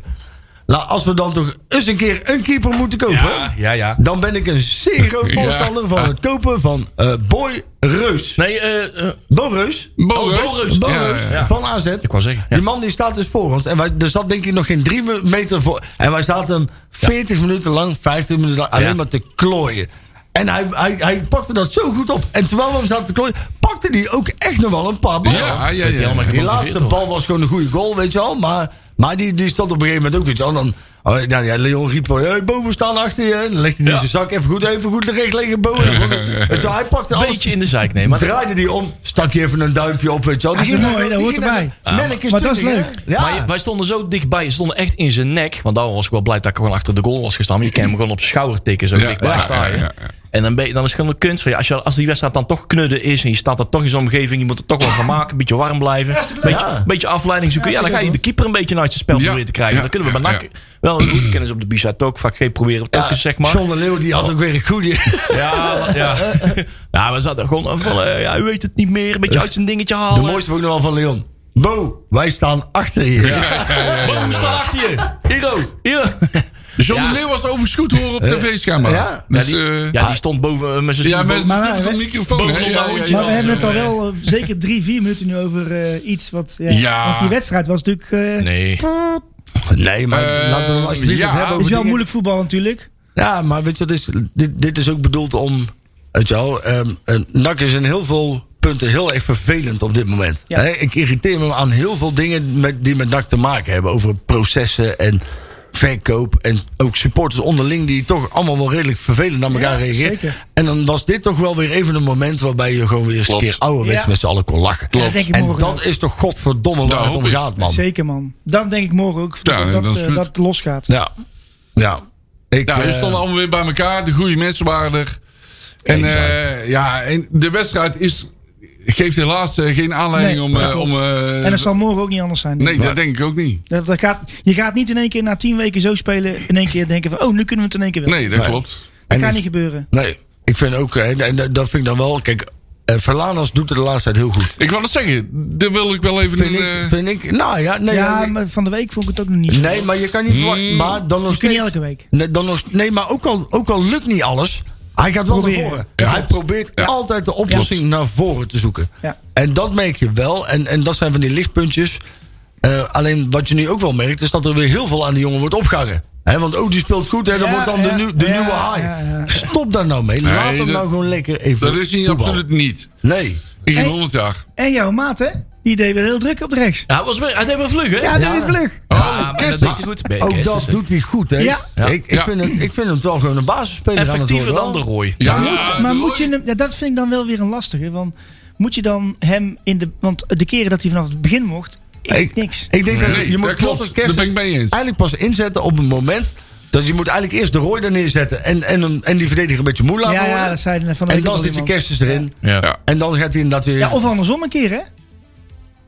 Nou, als we dan toch eens een keer een keeper moeten kopen.
Ja, ja, ja.
Dan ben ik een zeer groot
Ja.
voorstander van het kopen van eh, Boy Reus.
Nee, eh, eh,
Bo Reus. Oh,
Bo Reus.
Bo
Ja,
Reus
ja, ja.
van AZ.
ik wou zeggen.
Die man die staat dus voor ons. En wij, er zat denk ik nog geen drie me- meter voor. En wij zaten hem 40 minuten lang, 50 minuten lang alleen
Ja.
maar te klooien. En hij, hij, hij pakte dat zo goed op. En terwijl we hem zaten te klooien, pakte hij ook echt nog wel een paar ballen.
Ja, ja,
Met die
Die
ja.
allemaal gemotiveerd,
laatste
hoor.
bal was gewoon een goede goal, weet je wel. Maar, maar die, die stond op een gegeven moment ook, weet je wel. Dan, Oh, nou ja, Leon riep van, hey, Bo, we staan achter je. Dan legt hij in
Ja.
zijn zak even goed, even goed terecht liggen, Bo. En zo, hij pakte
Een
alles,
beetje in de zeik nemen.
maar
Maar,
draaide die om, stak je even een duimpje op, weet je wel.
Dat
Die
is
ging
mooi,
naar-
Ah, dat
die
hoort
ging naar- Ah,
erbij.
Melk is
Maar dat is
terug, hè?
leuk.
Ja.
maar wij stonden zo dichtbij. We stonden echt in zijn nek. Want daar was ik wel blij dat ik gewoon achter de goal was gestaan. Maar je kan hem gewoon op zijn schouder tikken. Zo dichtbij
ja,
staan.
ja,
hè.
ja,
En dan, ben je, dan is het gewoon een kunst. Van, ja, als, je, als die wedstrijd dan toch knudden is. En je staat er toch in zo'n omgeving. Je moet er toch wel van maken. Een beetje warm blijven. Een beetje,
Ja.
een beetje afleiding zoeken. Ja, dan ga je de keeper een beetje uit zijn spel
Ja,
proberen te krijgen.
ja,
Dan kunnen we bij
ja,
NAC wel goed kennis op de Bizet ook. Vaak geen proberen
Ja,
toch eens, zeg maar. Oh.
John de Leeuw, die had ook weer een goede...
Ja, wat- ja. ja, we zaten gewoon van, eh, ja, u weet het niet meer. Een beetje uit zijn dingetje
De
halen.
mooiste vond ik nog wel van Leon. Bo, wij staan achter je.
Boom, we staan achter je. Hero, hier.
John
Ja.
de Leeuw was overigens goed horen op tv schijnbaar.
Ja. dus
Dus,
ja, die,
eh,
ja, die stond boven eh, met zijn
ja,
boven-
mensen
Maar-
sturen op de microfoon. hè?
bovenop
Ja,
dat
ja,
hoedje
ja.
Maar we
dan
hebben het
zo,
al
eh.
wel eh, zeker drie, vier minuten nu over eh, iets wat... ja,
Ja.
Want die wedstrijd was natuurlijk... eh,
Nee.
Nee, maar
Eh,
laten we hem alsjeblieft
ja.
het hebben
Het
over
is wel
dingen-
moeilijk voetbal natuurlijk.
Ja, maar weet je, wat is, dit, dit is ook bedoeld om... Weet je wel, ehm, eh, NAC is in heel veel punten heel erg vervelend op dit moment.
Ja.
Hè, ik irriteer me aan heel veel dingen met, die met NAC te maken hebben. Over processen en verkoop en ook supporters onderling... die toch allemaal wel redelijk vervelend naar elkaar
Ja,
reageren.
zeker.
En dan was dit toch wel weer even een moment... waarbij je gewoon weer eens
Klopt.
een keer ouderwets
Ja.
met z'n allen kon lachen.
Klopt. Ja, dat denk ik
En
morgen
dat
wel.
is toch godverdomme waar
Ja,
het
Nou, hoop
om
ik.
gaat, man.
Zeker man. Dan denk ik morgen ook dat
Ja,
dat,
dat is
eh,
goed.
dat losgaat.
Ja, ja. Ik,
Ja, we
eh,
stonden allemaal weer bij elkaar. De goede mensen waren er. En,
Exact.
eh, ja, en de wedstrijd is, geeft helaas eh, geen aanleiding
Nee,
om... eh,
dat klopt.
om eh,
En dat zal morgen ook niet anders zijn. denk
nee,
ik.
dat denk ik ook niet.
Dat, dat gaat, je gaat niet in één keer na tien weken zo spelen. In één keer denken van, oh, nu kunnen we het in één keer wel.
Nee, dat
Nee.
klopt.
dat
en
gaat
ik-
niet gebeuren.
Nee, ik vind ook, eh, en dat- dat vind ik dan wel, kijk, eh, Verlanas doet het de laatste tijd heel goed.
Ik wou dat zeggen. Daar wil ik wel even
Vind
een...
ik,
eh,
vind ik, nou ja, nee,
ja,
ja, ik-
maar van de week vond ik het ook nog niet.
nee, maar je kan niet verwachten, maar dan nog
je kunt
steeds,
niet elke week.
nee, dan nog, nee, maar ook al, ook al lukt niet alles, hij gaat wel
Proberen.
naar voren. hij probeert altijd de oplossing naar voren te zoeken.
Ja.
En dat merk je wel, en, en dat zijn van die lichtpuntjes. Eh, alleen wat je nu ook wel merkt, is dat er weer heel veel aan die jongen wordt opgehangen. Hè, want oh, die speelt goed, hè, dat
Ja,
wordt dan de,
ja,
nieuw- de
ja,
nieuwe high.
ja, ja.
Stop daar nou mee. Laat hem
dat-
nou gewoon lekker even
dat is niet,
voetballen.
absoluut niet.
Nee.
In
Hey.
100 jaar.
En jouw maat, hè? Die deed weer heel druk op de rechts.
Ja, hij, was weer, hij deed weer vlug, hè?
Ja, dat is vlug.
Oh,
Ja, maar dat
kerst.
deed hij goed. Ben je
Ook
kerst,
dat
is het.
doet hij goed, hè?
Ja.
Ik, ik,
Ja.
Vind hem, ik vind hem toch gewoon een basisspeler
Effectiever
aan het
dan de
worden, hoor.
rooi.
Ja,
maar
de
moet je
rooi-
hem, ja, dat vind ik dan wel weer een lastige. Want moet je dan hem in de. Want de keren dat hij vanaf het begin mocht, is
Ik-
het niks.
Ik denk dat
Nee,
je
dat
moet
klopt.
klopt. kerst
Dat ben ik mee eens.
eigenlijk pas inzetten op het moment... dat je moet eigenlijk eerst de rooi er neerzetten... en, en, hem- en die verdediger een beetje moe laten
Ja,
worden.
ja, dat zei van de
en
week ook
dan
al
zit je
iemand.
kerstjes erin.
Ja.
En dan gaat hij inderdaad weer...
Ja, of andersom een keer, hè?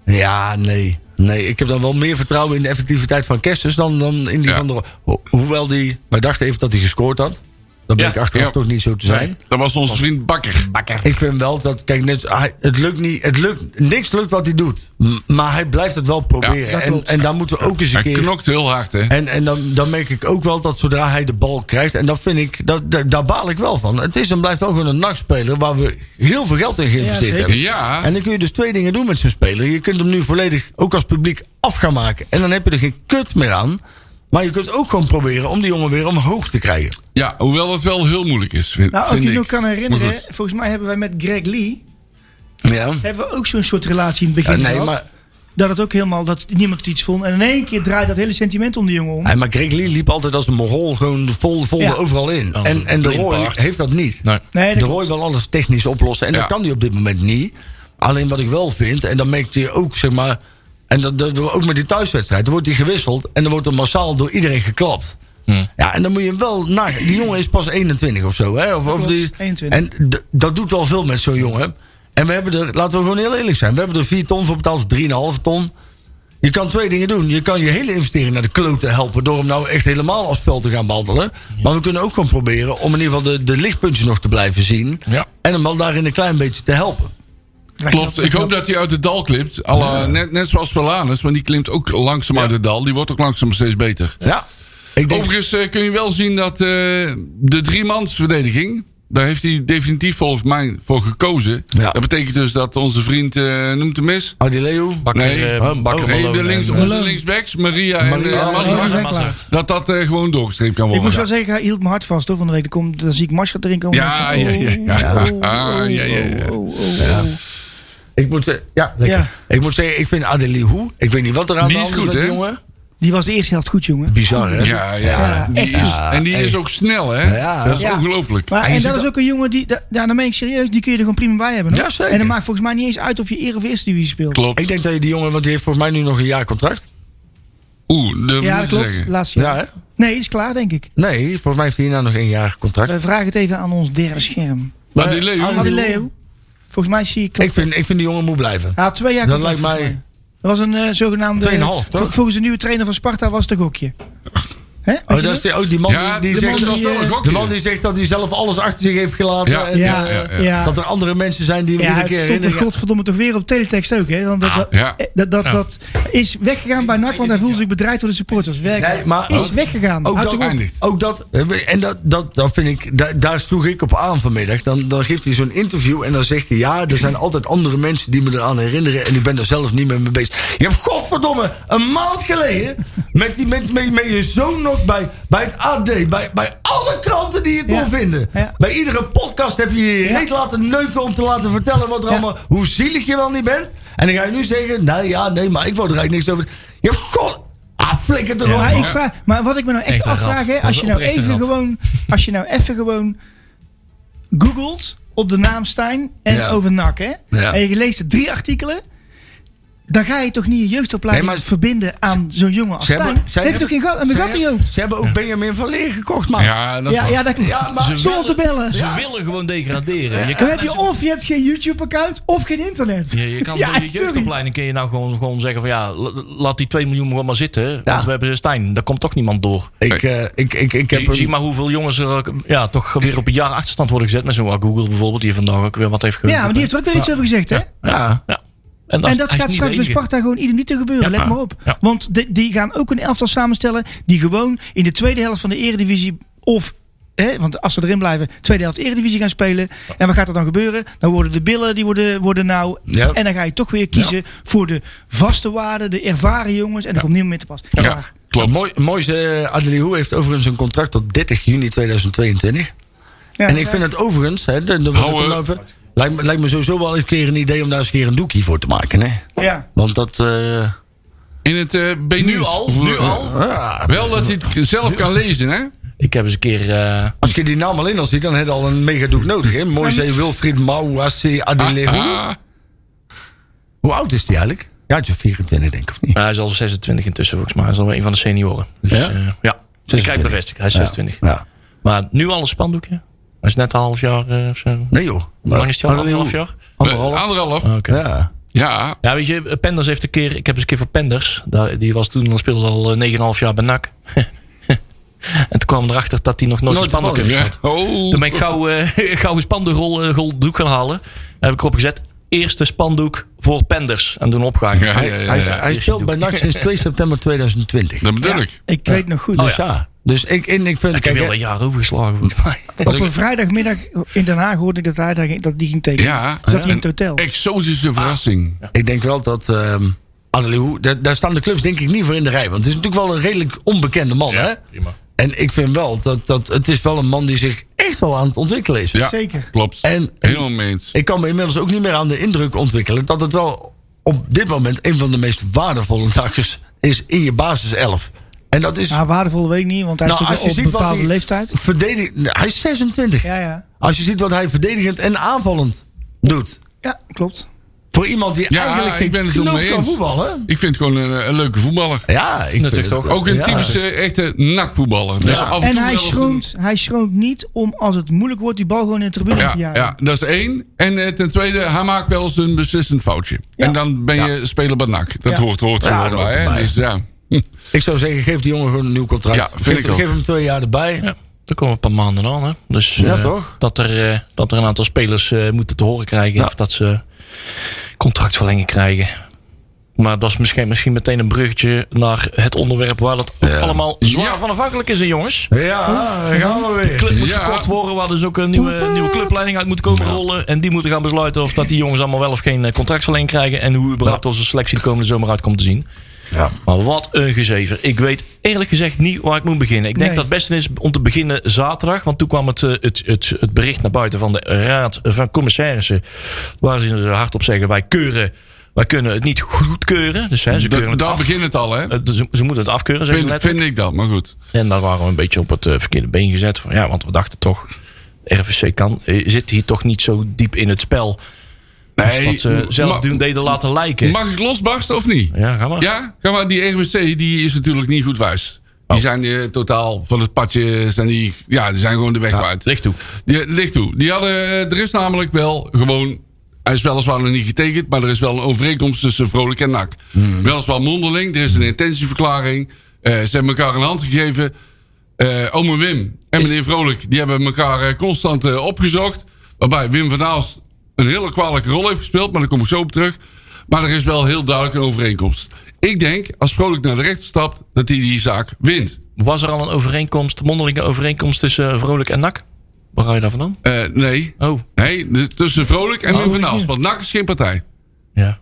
Ja, nee. Nee, ik heb dan wel meer vertrouwen in de effectiviteit van Kerstens dan, dan in die
Ja.
van de Roy. Ho- hoewel die... Wij dachten even dat hij gescoord had. Dat bleek
Ja,
achteraf
ja.
toch niet zo te
Nee,
zijn.
dat was onze vriend Bakker.
Ik vind wel dat, kijk, net, hij- het lukt niet, het lukt, niks lukt wat hij doet. M- Maar hij blijft het wel proberen.
dat
en,
klopt.
en daar moeten we ook eens een
Hij
keer.
knokt heel hard, hè?
En, en dan, dan merk ik ook wel dat zodra hij de bal krijgt, en dat vind ik, dat, daar, daar baal ik wel van. Het is en blijft wel gewoon een nachtspeler waar we heel veel geld in
Ja,
geïnvesteerd
zeker.
hebben.
Ja.
En dan kun je dus twee dingen doen met zo'n speler. Je kunt hem nu volledig ook als publiek af gaan maken. En dan heb je er geen kut meer aan. Maar je kunt ook gewoon proberen om die jongen weer omhoog te krijgen.
Ja, hoewel het wel heel moeilijk is, vind,
Nou, als
vind
je
ik.
nog kan
Maar
herinneren,
goed.
volgens mij hebben wij met Greg Lee.
Ja.
hebben we ook zo'n soort relatie in het
Ja,
begin
Eh, nee,
gehad.
maar-
Dat het ook helemaal, dat niemand het iets vond. En in één keer draait dat hele sentiment om de jongen om.
Hey, maar Greg Lee liep altijd als een Mongool gewoon vol, vol
Ja.
overal in.
Een
En, en de
blind
Roy
paard.
heeft dat niet.
Nou,
Nee.
Nee,
de
dat
Roy wil alles technisch oplossen. En
Ja.
dat kan hij op dit moment niet. Alleen wat ik wel vind, en dan merkte je ook, zeg maar... En dat, dat, ook met die thuiswedstrijd. Dan wordt hij gewisseld en dan wordt er massaal door iedereen geklapt. Ja, en dan moet je wel naar. Die jongen is pas 21 of zo, hè? Of, of
klopt,
die,
21.
En d- dat doet wel veel met zo'n jongen. En we hebben er, laten we gewoon heel eerlijk zijn, we hebben er 4 ton voor betaald, of 3,5 ton. Je kan twee dingen doen. Je kan je hele investering naar de klote helpen. door hem nou echt helemaal als spel te gaan behandelen. Maar we kunnen ook gewoon proberen om in ieder geval de, de lichtpuntjes nog te blijven zien.
Ja.
En hem al daarin een klein beetje te helpen.
Klopt, ik hoop dat hij uit het dal klimt. à la- net, net zoals Pelanus, want die klimt ook langzaam uit het dal. Die wordt ook langzaam steeds beter.
Ja. Ik denk,
Overigens eh, kun je wel zien dat eh de driemansverdediging... daar heeft hij definitief volgens mij voor gekozen.
Ja.
Dat betekent dus dat onze vriend, eh, noemt hem eens...
Adi Leo.
Bakker,
Nee.
eh,
Oh,
bakker
nee,
Nee,
Malone
de
en,
links,
eh,
onze linksbacks, Maria en
Maria,
eh, Mazza,
Maria.
Mazzaert.
dat dat eh, gewoon doorgestreept kan
Ik
worden.
moest wel zeggen, hij hield mijn hart vast hoor. Van de week komt, dan zie ik Maschat erin komen.
Ja,
En
ja,
dan
ja, ja.
van, oh, oh,
Ah, ja, ja, ja.
oh, oh, oh, oh.
Ik moet, ze- ja, lekker.
Ja.
ik moet zeggen, ik vind Adeli Hoe. Ik weet niet wat er aan
Die
de
is
hand is
goed,
met die
hè?
jongen.
Die was de eerste helft goed, jongen.
Bizar, hè?
Ja, ja. die
echt.
is, en die is ook snel, hè?
Ja.
Dat is
Ja.
ongelooflijk.
Maar,
je
en
ziet
dat is ook een jongen die, da- ja, dan ben ik serieus, die kun je er gewoon prima bij hebben. hoor.
Ja, zeker.
En dat maakt volgens mij niet eens uit of je eer of eerste divisie speelt.
Ik
Klopt.
denk dat je die jongen, want die heeft volgens mij nu nog een jaar contract.
Oeh, durf ik
Ja,
niet te
klopt.
zeggen.
Laatste
Ja,
jaar.
hè?
Nee, is klaar, denk ik.
Nee, volgens mij heeft hij hierna nog een jaar contract.
We vragen het even aan ons derde scherm.
Maar die Leeuw,
Aan die Leeuw. Volgens mij zie ik...
Ik vind, ik vind die jongen moet blijven. Oh,
Ja, twee jaar
Dat
contract,
lijkt
volgens
mij-
Dat was een eh, zogenaamde...
Tweeënhalf, toch?
Vol- Volgens de nieuwe trainer van Sparta was het een gokje. Hè? Weet
Oh,
je
dat is
dat?
die, oh, die man
Ja,
die, die
de man,
zegt...
dat is wel een
de
gokje.
man die zegt dat hij zelf alles achter zich heeft gelaten.
Ja.
En,
Ja,
eh,
ja,
ja,
ja.
ja.
Dat er andere mensen zijn die hem
Ja,
iedere
het
keer Ah,
stond er
herinneren.
godverdomme toch weer op teletext ook. Hè? Want dat, dat,
ja.
eh, dat, dat, dat is weggegaan bij NAC, want hij voelde zich bedreigd door de supporters. Werk,
Nee, maar
is
ook-
weggegaan.
Ook
Houd
dat,
toch op.
eindigt.
ook dat, en dat, dat, dat vind ik, daar, daar sloeg ik op aan vanmiddag. Dan, dan geeft hij zo'n interview en dan zegt hij: Ja, er zijn altijd andere mensen die me eraan herinneren. En ik ben daar zelf niet mee mee bezig. Je hebt godverdomme een maand geleden met, die, met, met, met je zoon nog bij, bij het AD, bij, bij alle kranten die je kon
Ja.
vinden.
Ja.
Bij iedere podcast heb je je reet laten neuken om te laten vertellen wat er
Ja.
allemaal, hoe zielig je wel niet bent. En dan ga je nu zeggen: Nou ja, nee, maar ik wou er eigenlijk niks over. Je hebt god. Ah, flikker toch op.
Maar,
man.
Oh, ik vraag, maar wat ik me nou echt,
Echt een
afvraag,
rat.
hè,
Dat
als
is
je nou
oprecht een
even
rat.
gewoon, als je nou even gewoon googelt op de naam Stijn en
Ja.
over NAC, hè,
Ja.
en je leest er drie artikelen, dan ga je toch niet je jeugdopleiding
Nee, maar-
verbinden aan zo'n jongen als
Ze
Stijn?
hebben- zij
Dan heb je toch geen gat, een
ze
gat in je
hebben-
hoofd?
Ze hebben ook Benjamin van Leer gekocht, man.
Ja, dat is
Ja,
waar.
ja, dat,
Ja, maar-
zonder te bellen.
Ze willen gewoon degraderen. Je
Dan
kan
heb je
mensen-
of je hebt geen YouTube-account of geen internet.
Ja, je kan
Ja,
door je
sorry.
jeugdopleiding kun je nou gewoon, gewoon zeggen van ja, la- laat die 2 miljoen gewoon maar zitten. Want we hebben Stijn, daar komt toch niemand door.
Ik, eh, ik, ik, ik heb
Zie, zie
een,
maar hoeveel jongens er ook, ja, toch weer op een jaar achterstand worden gezet. Met zo'n Google bijvoorbeeld, die vandaag ook weer wat heeft
Ja,
gegeven.
maar die heeft er ook weer iets over gezegd, hè?
ja,
Ja. En
en dat
hij is
gaat straks
niet de
bij
enige.
Sparta gewoon ieder niet te gebeuren.
Ja.
Let maar op.
Ja.
Want de- die gaan ook een elftal samenstellen die gewoon in de tweede helft van de eredivisie of... Hè, want als ze erin blijven, tweede helft eredivisie gaan spelen. En wat gaat er dan gebeuren? Dan worden de billen, die worden, worden nou...
Ja.
En dan ga je toch weer kiezen voor de vaste waarden, de ervaren jongens. En er komt niemand meer te pas. Ja. waar.
Klopt.
Mooi, mooiste Adelieu heeft overigens een contract tot 30 juni 2022.
Ja,
En ik vind het overigens, hè, de, de,
Hou,
dat komt
eh,
over- lijkt, me, lijkt me sowieso wel eens een keer een idee om daar eens een keer een doekje voor te maken. Hè?
Ja.
Want dat. eh,
In het eh B-nieuws.
Nu al,
Of,
nu
eh,
al.
ah,
Wel dat hij het zelf kan lezen, hè?
Ik heb eens een keer... eh,
als je die naam alleen al ziet, dan heb je al een megadoek nodig. Hè? Moise Wilfried Mauwasse Adelieu.
Ah,
E Hoe oud is die eigenlijk? Ja, het is 24, denk ik, of niet?
hij is al 26 intussen volgens mij. Hij is al een van de senioren. Dus,
Ja?
ja? ja. Ik krijg
26.
bevestigd, hij is 26.
Ja.
Maar nu al een spandoekje. Hij is net een half jaar eh, of zo. Hoe
Nee, joh.
lang is hij al?
Adelieu.
Anderhalf jaar?
Anderhalf.
eh, anderhalf.
Ah, Oké.
Ja.
Ja.
Ja, weet je, Penders heeft een keer... Ik heb eens een keer voor Penders. daar- Die was toen, speelde al eh, 9,5 jaar bij NAC. en toen kwam erachter dat hij nog nooit een spandoek heeft
Ja.
gehad.
Oh.
Toen ben ik gauw, eh, gauw een spandoekrol eh, gol- doek gaan halen. Daar heb ik erop gezet. Eerste spandoek voor Penders. En toen opgehangen.
Ja, ja,
Hij,
ja,
hij,
ja.
hij speelt bij NAC sinds 2 september 2020.
Oh,
Dat bedoel ik.
Ik weet nog goed.
Dus ja. Dus ik, en ik vind...
Ik heb
kijk,
wel een jaar overgeslagen volgens mij.
Op een vrijdagmiddag in Den Haag hoorde ik dat hij daar ging- dat die ging tekenen.
Ja.
Zat hij in
Een
het hotel.
Exotische verrassing.
ik denk wel dat... ehm Adelieu, daar, daar staan de clubs denk ik niet voor in de rij. Want het is natuurlijk wel een redelijk onbekende man, hè?
prima.
En ik vind wel dat, dat... Het is wel een man die zich echt wel aan het ontwikkelen is.
Ja,
Zeker.
Klopt.
En-
Helemaal mee eens.
Ik kan me inmiddels ook niet meer aan de indruk ontwikkelen... dat het wel op dit moment een van de meest waardevolle dagjes is in je basiself. En dat is...
Ja, Nou, waardevolle week niet, want hij
nou,
is
als
natuurlijk
je
op een
ziet wat
bepaalde
hij
leeftijd.
verdedig- hij is 26.
Ja, ja.
Als je ziet wat hij verdedigend en aanvallend doet.
Ja, klopt.
Voor iemand die
Ja,
eigenlijk
ik ben
geen
het er
knoop
mee
kan
eens.
voetballen.
Ik vind het gewoon een, een leuke voetballer.
Ja, ik
Natuurlijk
vind het
ook.
Ook een
ja.
typische eh, echte nakvoetballer. Dus af toe
En hij
wel eens een-
schroomt, hij schroomt niet om als het moeilijk wordt die bal gewoon in de tribune te
Ja,
jagen.
ja, dat is één. En eh, ten tweede, hij maakt wel eens een beslissend foutje. En dan ben je speler bij NAC. Dat
Ja.
hoort, hoort er
Ja,
gewoon
dat hoort
bij. hè.
erbij.
Dus ja.
Ik zou zeggen, geef die jongen gewoon een nieuw contract.
Ja, vind
geef,
ik ook.
geef hem twee jaar erbij.
Ja, er komen een paar maanden aan. Hè. Dus
Ja,
eh,
toch?
Dat, er, eh, dat er een aantal spelers eh, moeten te horen krijgen. Of dat ze contractverlenging krijgen. Maar dat is misschien, misschien meteen een bruggetje naar het onderwerp waar dat allemaal zwaar
Ja.
van afhankelijk is, hè, jongens.
Ja, daar gaan we weer.
club moet
Ja.
verkocht worden, waar dus ook een nieuwe, nieuwe clubleiding uit moet komen rollen. En die moeten gaan besluiten of dat die jongens allemaal wel of geen eh, contractverlenging krijgen. En hoe überhaupt onze selectie de komende zomer uit komt te zien. Maar wat een gezever. Ik weet eerlijk gezegd niet waar ik moet beginnen. Ik denk
Nee.
dat het beste is om te beginnen zaterdag. Want toen kwam het, eh, het, het, het bericht naar buiten van de Raad van Commissarissen. Waar ze hardop zeggen: wij keuren Wij kunnen het niet goedkeuren. Dus hè, ze
Da-
keuren het
daar
af.
begint het al, hè?
Eh, Ze, ze moeten het afkeuren, zeggen ze
Vind,
letterlijk.
vind ik dat, maar goed.
En daar waren we een beetje op het eh, verkeerde been gezet. Van, ja, want we dachten toch, RVC kan, eh, zit hier toch niet zo diep in het spel. als
Nee,
wat ze zelf
ma-
doen, deden laten lijken.
Mag ik losbarsten of niet?
ja, ga maar.
Ja, ja maar die RWC die is natuurlijk niet goed wijs. Die zijn eh, totaal van het padje. Zijn die, ja, die zijn gewoon de weg kwijt.
Ligt toe.
Die, ligt toe. Die hadden, eh, er is namelijk wel gewoon. Hij is weliswaar nog niet getekend, maar er is wel een overeenkomst tussen Vrolijk en NAC. Weliswaar mondeling, er is een intentieverklaring. Eh, ze hebben elkaar een hand gegeven. Eh ome Wim en meneer Vrolijk, die hebben elkaar eh, constant eh, opgezocht. Waarbij Wim van Aalst een hele kwalijke rol heeft gespeeld, maar daar kom ik zo op terug. Maar er is wel heel duidelijk een overeenkomst. Ik denk, als Vrolijk naar de rechter stapt, dat hij die zaak wint.
Was er al een overeenkomst, mondelinge overeenkomst tussen eh, Vrolijk en NAC? Waar ga je daarvan dan?
Eh, nee.
Oh,
Nee, de- tussen Vrolijk en Wim van Aalst. Want NAC is geen partij.
ja. Oh,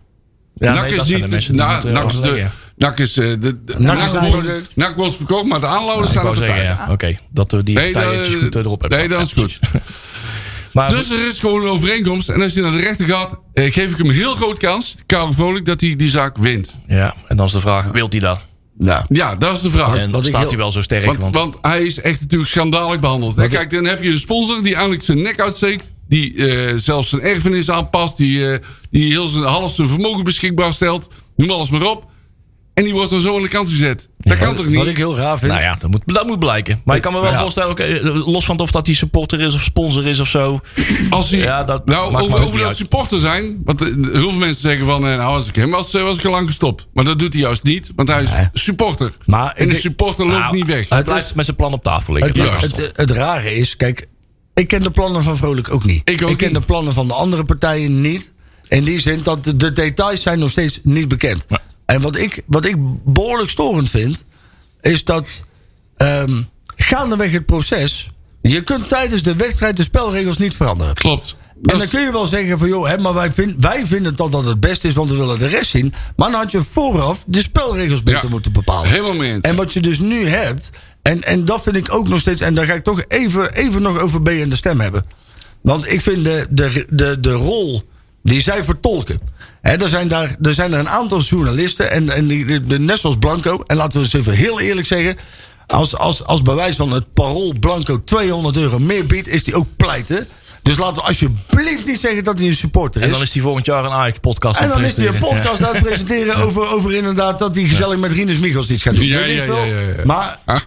Ja,
NAC
nee,
is
dat zijn
niet-
de mensen die eh,
na-
moeten
NAC is de.
overleggen.
NAC is eh, de. de- NAC
is
is
een
wordt-
product.
NAC wordt verkocht, maar de aanlouders
Ik
zijn
wou
de partij.
zeggen, ja, oké. Dat we die
Nee,
partij
dat-
eventjes goed eh, erop hebben
nee,
staan.
dat
Ja,
is goed.
precies. maar
Dus er is gewoon een overeenkomst. En als hij naar de rechter gaat, eh, geef ik hem een heel groot kans, Karel Vrolijk, dat hij die zaak wint.
ja, en dan is de vraag, wilt hij dat?
Nou,
Ja, dat is de vraag.
En
wat ik
staat
heel-
hij wel zo sterk?
want,
Want,
want hij is echt natuurlijk schandalig behandeld. En kijk, dan heb je een sponsor die eigenlijk zijn nek uitsteekt. Die eh, zelfs zijn erfenis aanpast. Die, eh, die heel zijn, half zijn vermogen beschikbaar stelt. Noem alles maar op. En die wordt dan zo aan de kant gezet. Dat kan toch niet?
wat ik heel raar vind.
nou ja, dat moet, dat moet blijken. Maar ik kan me wel voorstellen, ook, eh, los van of dat hij supporter is of sponsor is of zo.
Als hij,
Ja, dat maakt
nou,
me
over,
ook
over
niet
dat
uit.
supporter zijn. Want eh, heel veel mensen zeggen van... eh, nou, als ik hem was, eh, was ik al lang gestopt. Maar dat doet hij juist niet. Want hij is supporter.
Maar
en
ik
de
denk- eh,
supporter loopt
Nou,
niet weg.
Hij blijft met zijn plan op tafel liggen.
Het,
dat is
het,
toch.
het, het rare is, kijk, ik ken de plannen van Vrolijk ook niet.
Ik ook
ken
niet.
de plannen van de andere partijen niet. In die zin dat de, de details zijn nog steeds niet bekend.
Ja.
En wat ik, wat ik behoorlijk storend vind, is dat ehm, gaandeweg het proces. Je kunt tijdens de wedstrijd de spelregels niet veranderen.
Klopt.
En
Dat
dan
is-
kun je wel zeggen van joh, hè, maar wij, vind- wij vinden dat dat het beste is, want we willen de rest zien. Maar dan had je vooraf de spelregels beter
Ja,
moeten bepalen.
helemaal mee eens.
En wat je dus nu hebt, en, en dat vind ik ook nog steeds, en daar ga ik toch even, even nog over B en de stem hebben. Want ik vind de, de, de, de rol die zij vertolken. Hè, er, zijn daar, er zijn er een aantal journalisten, en, en die, die- die- net zoals Blanco, en laten we eens even heel eerlijk zeggen. Als, als, als bewijs van het parool Blanco 200 euro meer biedt, is die ook pleiten. Dus laten we alsjeblieft niet zeggen dat hij een supporter is.
En dan is hij volgend jaar een Ajax-podcast
En dan is hij een
presenteren.
podcast aan het presenteren over, over inderdaad dat hij gezellig met Rinus Michels iets gaat doen.
Ja,
Dat is
ja,
wel-
ja, ja, ja.
Maar
Ah.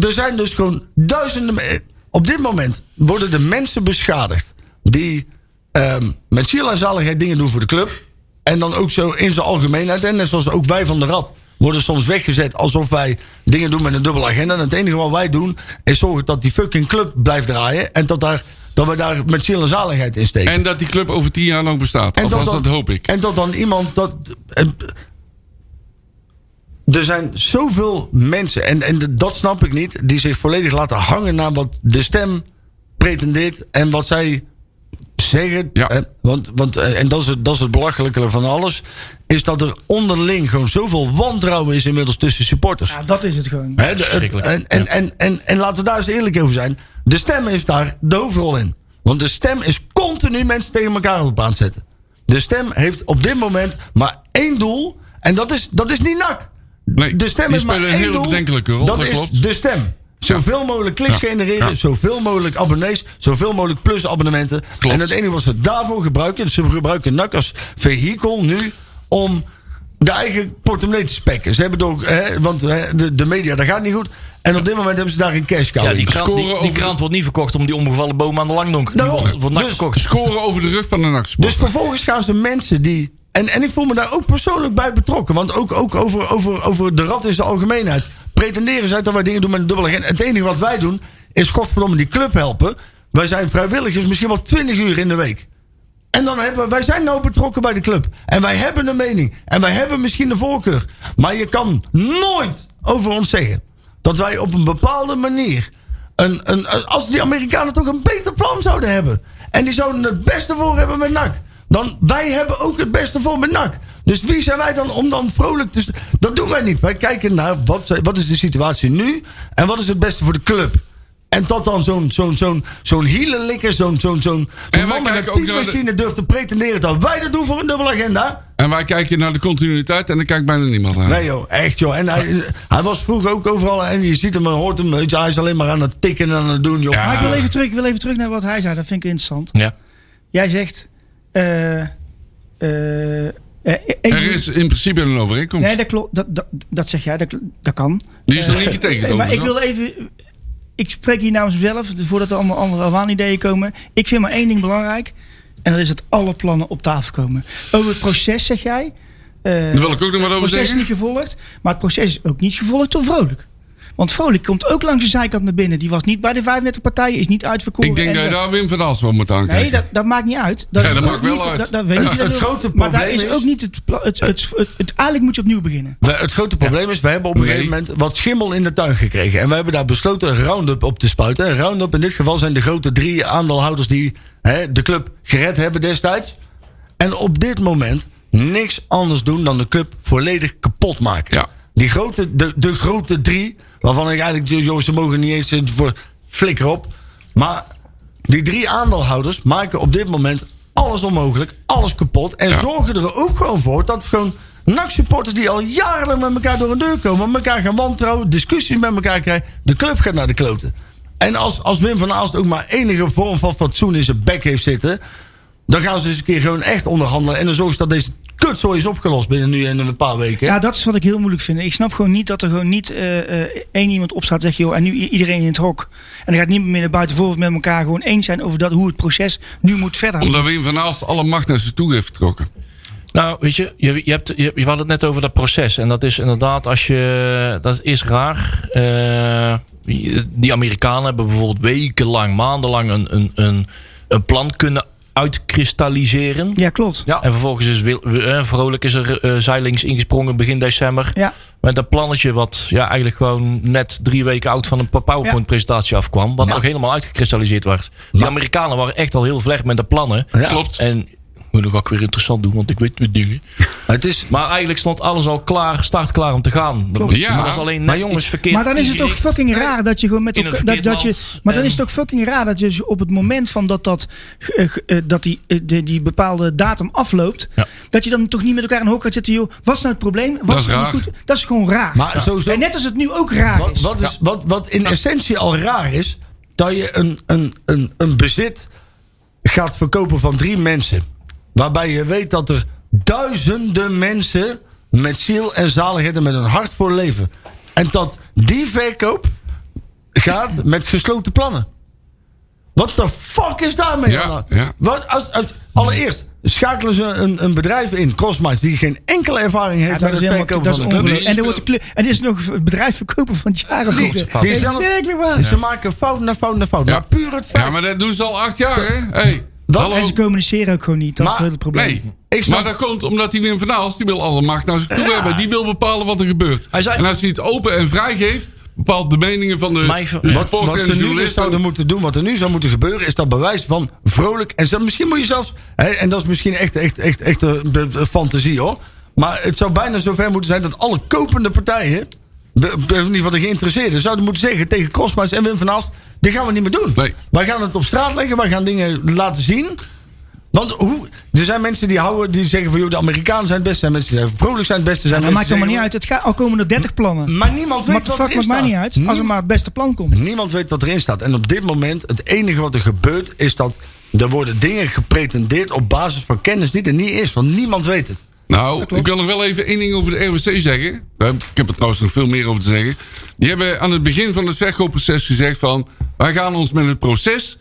er zijn dus gewoon duizenden. me- Op dit moment worden de mensen beschadigd die ehm, met ziel en zaligheid dingen doen voor de club. En dan ook zo in zijn algemeenheid. En net zoals ook wij van de Rad worden soms weggezet alsof wij dingen doen met een dubbele agenda. En het enige wat wij doen is zorgen dat die fucking club blijft draaien. En dat, daar, dat we daar met ziel en zaligheid in steken.
En dat die club over tien jaar nog bestaat. Althans, dat,
dan-
hoop ik.
En dat dan iemand dat. en- er zijn zoveel mensen, en, en dat snap ik niet, die zich volledig laten hangen naar wat de stem pretendeert en wat zij zeggen.
Ja.
Eh, want, want, eh, en dat is, het, dat is het belachelijke van alles. Is dat er onderling gewoon zoveel wantrouwen is inmiddels tussen supporters.
Ja, dat is het gewoon.
Hè, de- het-
Verschrikkelijk.
en, en, en, en, en laten we daar eens eerlijk over zijn. De stem heeft daar de hoofdrol in. Want de stem is continu mensen tegen elkaar op aan het zetten. De stem heeft op dit moment maar één doel. En dat is, dat is niet nak.
Nee,
de stem
die
heeft maar
spelen een
één
hele
doel.
bedenkelijke rol,
Dat,
dat
is
klopt.
de stem. Zoveel mogelijk kliks
Ja.
genereren.
Ja.
Zoveel mogelijk abonnees. Zoveel mogelijk plusabonnementen.
Klopt.
En het enige wat ze daarvoor gebruiken. Ze gebruiken NAC als vehikel nu om de eigen portemonnee te spekken. Ze hebben toch, hè, want hè, de, de media, dat gaat niet goed. En op dit moment hebben ze daar een cash cow
Ja,
in.
die krant, die,
Oh, Scoren
die
over-
krant wordt niet verkocht om die omgevallen boom aan de langdonk. Die
Daarom.
wordt, wordt nak
Dus-
verkocht.
Scoren over de rug van de nac
Dus vervolgens gaan ze mensen die. En, en ik voel me daar ook persoonlijk bij betrokken. Want ook, ook over, over, over de rat in zijn algemeenheid. Pretenderen zij dat wij dingen doen met een dubbele agenda. Het enige wat wij doen is godverdomme die club helpen. Wij zijn vrijwilligers misschien wel 20 uur in de week. En dan hebben we- wij zijn nou betrokken bij de club. En wij hebben een mening. En wij hebben misschien de voorkeur. Maar je kan nooit over ons zeggen dat wij op een bepaalde manier. Een, een, een- als die Amerikanen toch een beter plan zouden hebben. En die zouden het beste voor hebben met NAC. Dan wij hebben ook het beste voor met NAC. Dus wie zijn wij dan om dan vrolijk te. st- Dat doen wij niet. Wij kijken naar wat, zij- wat is de situatie nu. En wat is het beste voor de club. En dat dan zo'n zo'n zo'n zo'n hielenlikker, zo'n zo'n zo'n
En
zo'n
wij
man met
kijken
een
ook naar de-
typemachine durft te pretenderen dat wij dat doen voor een dubbele agenda.
En wij kijken naar de continuïteit en dan kijkt bijna niemand naar.
Nee joh, echt joh. En hij, hij was vroeger ook overal en je ziet hem en hoort hem. weet je, Hij is alleen maar aan het tikken en aan het doen joh.
Ja.
Maar ik wil even terug, ik wil even terug naar wat hij zei. Dat vind ik interessant.
Ja.
Jij zegt. eh, eh, eh,
er is in principe een overeenkomst.
Nee, dat klopt. Dat, dat, dat zeg jij, dat, kl- dat kan.
Die is nog niet getekend.
maar ik
overigens, hoor.
wil even. Ik spreek hier namens mezelf, dus voordat er allemaal andere waanideeën komen. Ik vind maar één ding belangrijk. En dat is dat alle plannen op tafel komen. Over het proces zeg jij. eh,
Daar wil ik ook nog wat
het
over
proces is
zeggen.
niet gevolgd. Maar het proces is ook niet gevolgd door Vrolijk. Want Vrolijk komt ook langs de zijkant naar binnen. Die was niet bij de 35 partijen, is niet uitverkoren.
Ik denk
en
dat je
dat-
daar Wim van As wel moet aankijken.
Nee, dat, dat maakt niet uit.
Ja,
is
dat
ook
maakt wel
niet-
uit.
Dat, dat weet je, dat
Het
wil-
grote
maar daar
probleem
is
is-
ook niet het, pla- het, het, het, het- Uiteindelijk moet je opnieuw beginnen.
We- het grote probleem is, we hebben op een
Nee.
gegeven moment wat schimmel in de tuin gekregen. En we hebben daar besloten Roundup op te spuiten. En Roundup in dit geval zijn de grote drie aandeelhouders die hè, de club gered hebben destijds. En op dit moment niks anders doen dan de club volledig kapot maken.
Ja.
Die grote, de, de grote drie, waarvan ik eigenlijk, joh, jongens, ze mogen niet eens eh, voor flikker op. Maar die drie aandeelhouders maken op dit moment alles onmogelijk, alles kapot. En zorgen er ook gewoon voor dat gewoon NAC-supporters die al jarenlang met elkaar door een deur komen, elkaar gaan wantrouwen, discussies met elkaar krijgen, de club gaat naar de kloten. En als, als Wim van Aast ook maar enige vorm van fatsoen in zijn bek heeft zitten, dan gaan ze eens een keer gewoon echt onderhandelen. En dan zorgen ze dat deze kutzooi is opgelost binnen nu en een paar weken.
Ja, dat is wat ik heel moeilijk vind. Ik snap gewoon niet dat er gewoon niet eh, eh, één iemand opstaat en zegt... Joh, en nu i- iedereen in het hok. En dan gaat niemand meer naar buiten voor of met elkaar gewoon eens zijn... over dat, hoe het proces nu moet verder.
Omdat Wim van Aalst alle macht naar zich toe heeft getrokken.
Nou, weet je, je, je, hebt, je, je had het net over dat proces. En dat is inderdaad, als je. Dat is raar. Eh, die Amerikanen hebben bijvoorbeeld wekenlang, maandenlang een, een, een, een plan kunnen uitkristalliseren.
Ja, klopt.
Ja.
En vervolgens is Wil- eh, Vrolijk is er eh, zijlings ingesprongen begin december.
Ja.
Met een plannetje wat ja, eigenlijk gewoon net drie weken oud van een PowerPoint-presentatie afkwam. Wat nog helemaal uitgekristalliseerd werd. Die Amerikanen waren echt al heel vlecht met de plannen.
Ja.
Klopt.
En moet ik ook weer interessant doen, want ik weet weer dingen.
Het is,
Maar eigenlijk stond alles al klaar, startklaar om te gaan.
Ja.
Maar dat is alleen net
Maar jongens,
iets verkeerd
Maar dan is het ook
ingericht.
fucking raar dat je gewoon met
In een
elkaar. Dat,
verkeerd
dat je,
land.
maar dan
En-
is het ook fucking raar dat je op het moment van dat, dat, eh, ge- eh, dat die, eh, die, die bepaalde datum afloopt.
Ja.
Dat je dan toch niet met elkaar in een hok gaat zitten. Joh, wat is nou het probleem? Wat
Dat is
nou
raar.
Goed? Dat is gewoon raar.
maar sowieso,
en net als het nu ook raar
wat,
is.
wat, is, wat, wat in essentie al raar is, dat je een, een, een, een bezit gaat verkopen van drie mensen. Waarbij je weet dat er duizenden mensen met ziel en zaligheid en met een hart voor leven. En dat die verkoop gaat met gesloten plannen. Wat de fuck is daarmee?
Ja,
aan de hand?
ja.
Wat als, als, allereerst schakelen ze een, een bedrijf in, Crossmatch, die geen enkele ervaring
Ja,
heeft
dat
met
is
het
helemaal
verkopen
dat is
van een club.
ongelooflijk. En, er wordt de club- en er is nog het bedrijf verkopen van het jaar. of
Niet.
zo.
Die is zelf-
Werkelijk waar.
Ze maken fout na fout na fout.
Ja.
Maar puur het feit.
Ja, maar dat doen ze al acht jaar, hè? Hey, hallo.
En ze communiceren ook gewoon niet. Dat is
Maar-
heel het probleem.
Nee,
Ik snap-
maar dat komt omdat die Wim van Aalst, die wil alle macht naar zich toe hebben. Die wil bepalen wat er gebeurt.
Hij zei-
En als hij het open en vrij geeft, bepaalt de meningen van de,
Mijn ver-
de
Wat-
Wat,
supporter
wat
en
ze
de
nu dus
journalisten.
zouden moeten doen, wat er nu zou moeten gebeuren, is dat bewijs van vrolijk. En ze- misschien moet je zelfs. Hè, en dat is misschien echt, echt, echt, echt eh, be- be- fantasie hoor. Maar het zou bijna zover moeten zijn dat alle kopende partijen. De, de- in ieder geval de geïnteresseerden zouden moeten zeggen tegen Crossmaats en Wim van Aalst... dit gaan we niet meer doen.
Nee.
Wij gaan het op straat leggen, wij gaan dingen laten zien. Want hoe, er zijn mensen die, houden, die zeggen van... Joh, de Amerikanen zijn het beste, zijn mensen die zeggen... vrolijk zijn het beste, zijn
Dat maakt
mensen
allemaal
die
niet uit. Het gaat, al komen er 30 plannen.
zeggen- Maar niemand weet
Maar de
wat Hmm? erin
fuck maakt mij
staat.
niet uit. Als er maar het beste plan komt.
Niemand weet wat erin staat. En op dit moment, het enige wat er gebeurt, is dat er worden dingen gepretendeerd op basis van kennis die er niet is. Want niemand weet het.
Nou, ik wil nog wel even één ding over de RWC zeggen. Eh, Ik heb er trouwens nog veel meer over te zeggen. Die hebben aan het begin van het verkoopproces gezegd van... wij gaan ons met het proces...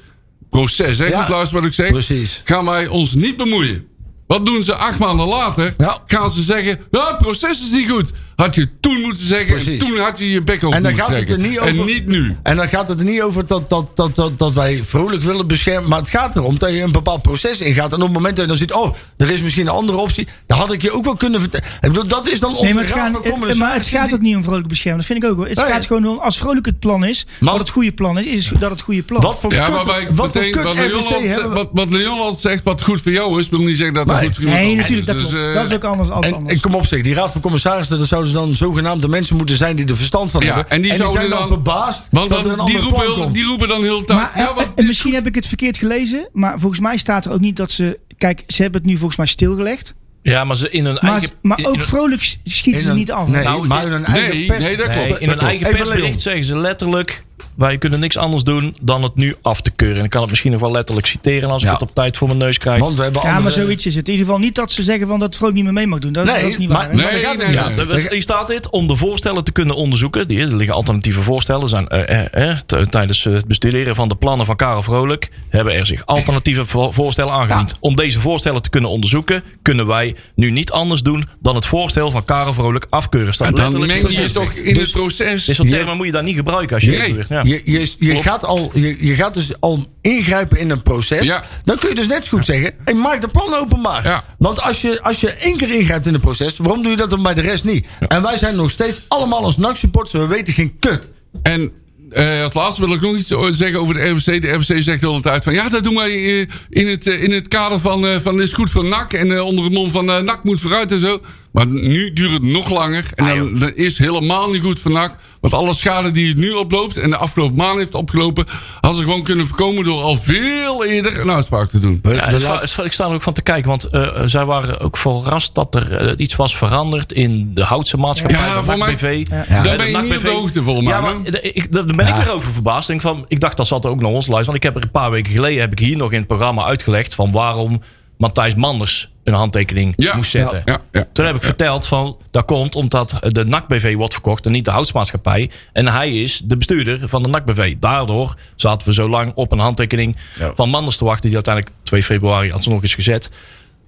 proces, hè?
Ja,
Goed luisteren wat ik zeg.
precies.
Gaan wij ons niet bemoeien. Wat doen ze acht maanden later?
Ja.
Gaan ze zeggen, nou, het proces is niet goed. Had je toen moeten zeggen en
Precies.
toen had je je bek open
En dan
moeten
gaat het
trekken.
er niet over.
En niet nu.
En dan gaat het er niet over dat, dat, dat, dat, dat wij vrolijk willen beschermen. Maar het gaat erom dat je een bepaald proces ingaat. En op het moment dat je dan ziet, oh, er is misschien een andere optie. Dan had ik je ook wel kunnen vertellen. Ik bedoel, dat is dan onze
Nee, maar het,
raad
gaat,
van common
eh, maar het
sense.
gaat ook niet om vrolijk beschermen. Dat vind ik ook wel. Het
Nee.
gaat gewoon om als vrolijk het plan is,
Maar-
dat het goede plan is, is dat het goede plan.
Wat voor
Ja,
kut,
maar wij
wat
meteen,
voor
wat
kut
Leon,
RVC
altijd-
hebben we-
wat, wat Leon altijd zegt, wat goed voor jou is, wil niet zeggen dat het
Nee.
goed voor iemand
Nee,
anders
natuurlijk, dat
is.
klopt.
Dus, eh,
dat is ook anders als
En,
anders.
en kom op zeg, die raad van commissarissen, dat zou zouden dan zogenaamde mensen moeten zijn die er verstand van
Ja,
hebben.
en die zouden
zijn dan,
dan-
verbaasd
Want
dat er
dan,
een
die,
ander
roepen,
plan
heel-
komt.
die roepen dan heel tijd.
Maar,
eh,
ja,
en-
want
en
dit-
Eh, misschien heb ik het verkeerd gelezen, maar volgens mij staat er ook niet dat ze... Kijk, ze hebben het nu volgens mij stilgelegd.
Ah,
Ja, maar ze in hun
Maar,
eigen...
maar
in-
ook
in hun-
vrolijk s- schieten ze
een-
niet af.
Nee,
Nou,
maar in een eigen
nee,
pers-
nee, dat klopt.
Nee, in hun
klopt.
eigen
Even
persbericht
Leon.
zeggen ze letterlijk... wij kunnen niks anders doen dan het nu af te keuren. En ik kan het misschien nog wel letterlijk citeren... als
Ja.
ik het op tijd voor mijn neus krijg.
eh,
Want we hebben
Ja, maar
andere-
zoiets is het. In ieder geval niet dat ze zeggen van dat het Vroot niet meer mee mag doen. Dat is,
Nee,
dat is niet
maar-
waar. hè?
nee,
Nee,
daar gaat
nee,
het
nee,
niet
Ja,
nee.
dat was- hier staat dit. Om de voorstellen te kunnen onderzoeken. Die, er liggen alternatieve voorstellen. Er Zijn, eh, eh, eh, t- tijdens eh, het bestuderen van de plannen van Karel Vrolijk. hebben er zich alternatieve vo- voorstellen aangediend. Om deze voorstellen te kunnen onderzoeken. kunnen wij nu niet anders doen. dan het voorstel van Karel Vrolijk afkeuren. Staat
dan
letterlijk Dus- in
meng je
het
je toch
persbericht.
in het proces.
Dit soort termen moet je daar niet gebruiken als je
Nee.
dit doet. Ja.
Je, je, je, gaat al, je, je gaat dus al ingrijpen in een proces.
Ja.
Dan kun je dus net zo goed zeggen: hey, maak de plan openbaar.
Ja.
Want als je, als je één keer ingrijpt in een proces, waarom doe je dat dan bij de rest niet? En wij zijn nog steeds allemaal als NAC-supporters, we weten geen kut.
En eh als laatste wil ik nog iets zeggen over de RVC. De RVC zegt de hele tijd van... ja, dat doen wij eh, in het, eh, in het kader van, eh van is goed voor NAC... en eh, onder de mond van eh, NAC moet vooruit en zo. Maar nu duurt het nog langer. En dan, dat is helemaal niet goed voor NAC. Want alle schade die het nu oploopt... en de afgelopen maanden heeft opgelopen... had ze gewoon kunnen voorkomen door al veel eerder een uitspraak te doen.
Ja, het is wel- het is wel- ik sta er ook van te kijken, want eh, zij waren ook verrast dat er eh, iets was veranderd in de houtse maatschappij.
Ja,
van
voor
NAC
mij-
BV.
Ja.
Eh,
Daar
de
ben je
NAC
niet op
BV.
de hoogte, volgens mij,
Ja, maar d- ik, daar ben ik weer over verbaasd. Denk van, ik dacht dat zat er ook nog ons lijst, want ik heb er een paar weken geleden heb ik hier nog in het programma uitgelegd van waarom Matthijs Manders een handtekening
Ja,
moest zetten.
ja, ja.
Toen heb ik verteld van dat komt omdat de NAC-BV wordt verkocht en niet de houtsmaatschappij. En hij is de bestuurder van de NAC-BV. Daardoor zaten we zo lang op een handtekening van Manders te wachten, die uiteindelijk 2 februari alsnog is gezet.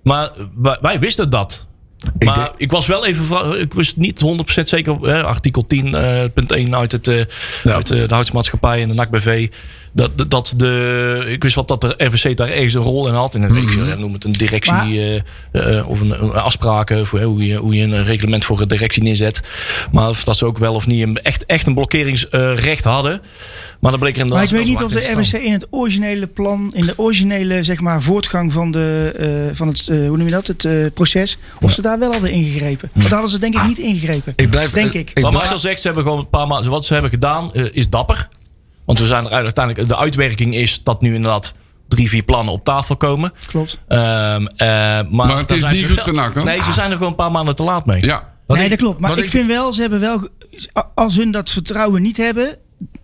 Maar eh, wij, wij wisten dat. maar ik, was wel even. vra- Ik was niet 100% zeker. Hè, artikel 10.1 uit, het, eh, uit eh, de houtsmaatschappij en de NAC-BV. Dat, dat- dat de, ik wist wat dat de RVC daar ergens een rol in had. En dan weet ik veel, hè, noem het een directie
Maar-
eh, eh, eh, of een, een afspraken voor hè, hoe, je, hoe je een reglement voor een directie neerzet. Maar of dat ze ook wel of niet een, echt, echt een blokkeringsrecht eh, hadden. Maar dan bleek er inderdaad.
Maar ik weet
wel
niet of
zwart
de
in te
RBC
staan.
in het originele plan, in de originele zeg maar, voortgang van, de, eh, van het, eh, hoe noem je dat, het eh, proces, of ze daar wel hadden ingegrepen. Want daar hadden ze denk ik niet ingegrepen.
Ik blijf,
Denk
eh,
ik.
Wat
blijf-
Marcel zegt, ze hebben gewoon een paar maanden. Wat ze hebben gedaan eh, is dapper. Want we zijn er uiteindelijk. De uitwerking is dat nu inderdaad drie, vier plannen op tafel komen.
Klopt.
Ehm, eh, maar,
het
daar
is
zijn
niet
ze
goed
wel-
vandaag, hoor.
Nee, ze zijn er gewoon een paar maanden te laat mee.
Ja,
Wat
nee,
ik-
dat klopt. Maar
wat
ik,
ik-
vind wel, ze hebben wel, ge- als hun dat vertrouwen niet hebben,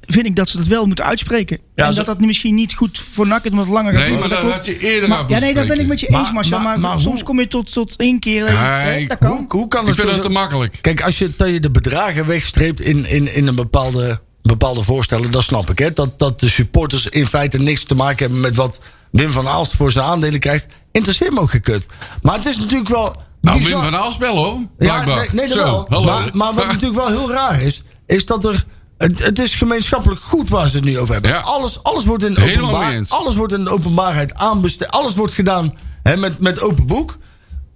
vind ik dat ze dat wel moeten uitspreken.
Ja,
en
ze-
dat dat misschien niet goed voor NAC is, omdat het langer gaat
Nee, maar
duren, dat
dat
klopt.
had je eerder uit
Maar- Ja,
moeten
nee, dat ben ik
spreken.
met je
Maar-
eens, Marcel.
maar-
Maar,
maar
soms
hoe-
kom je tot, tot één keer. eh,
Nee,
hè, dat kan.
Hoe, hoe kan
ik
het
vind
zo-
dat te makkelijk.
Kijk, als je, dat je de bedragen wegstreept in, in, in een bepaalde, bepaalde voorstellen, dan snap ik. Hè? Dat, dat de supporters in feite niks te maken hebben met wat Wim van Aalst voor zijn aandelen krijgt. Interesseert me ook gekut. Maar het is natuurlijk wel.
Nou, Wim
bizar-
van Aalst wel, hoor.
ja,
Blijkbaar.
nee, nee, dat
Zo,
wel.
hallo.
Maar, maar wat natuurlijk wel heel raar is, is dat er. Het, het is gemeenschappelijk goed waar ze het nu over hebben.
Ja.
Alles, alles, wordt in de
Helemaal
openbaar-
mee eens.
alles wordt in de openbaarheid aanbesteed. Alles wordt gedaan hè, met, met open boek.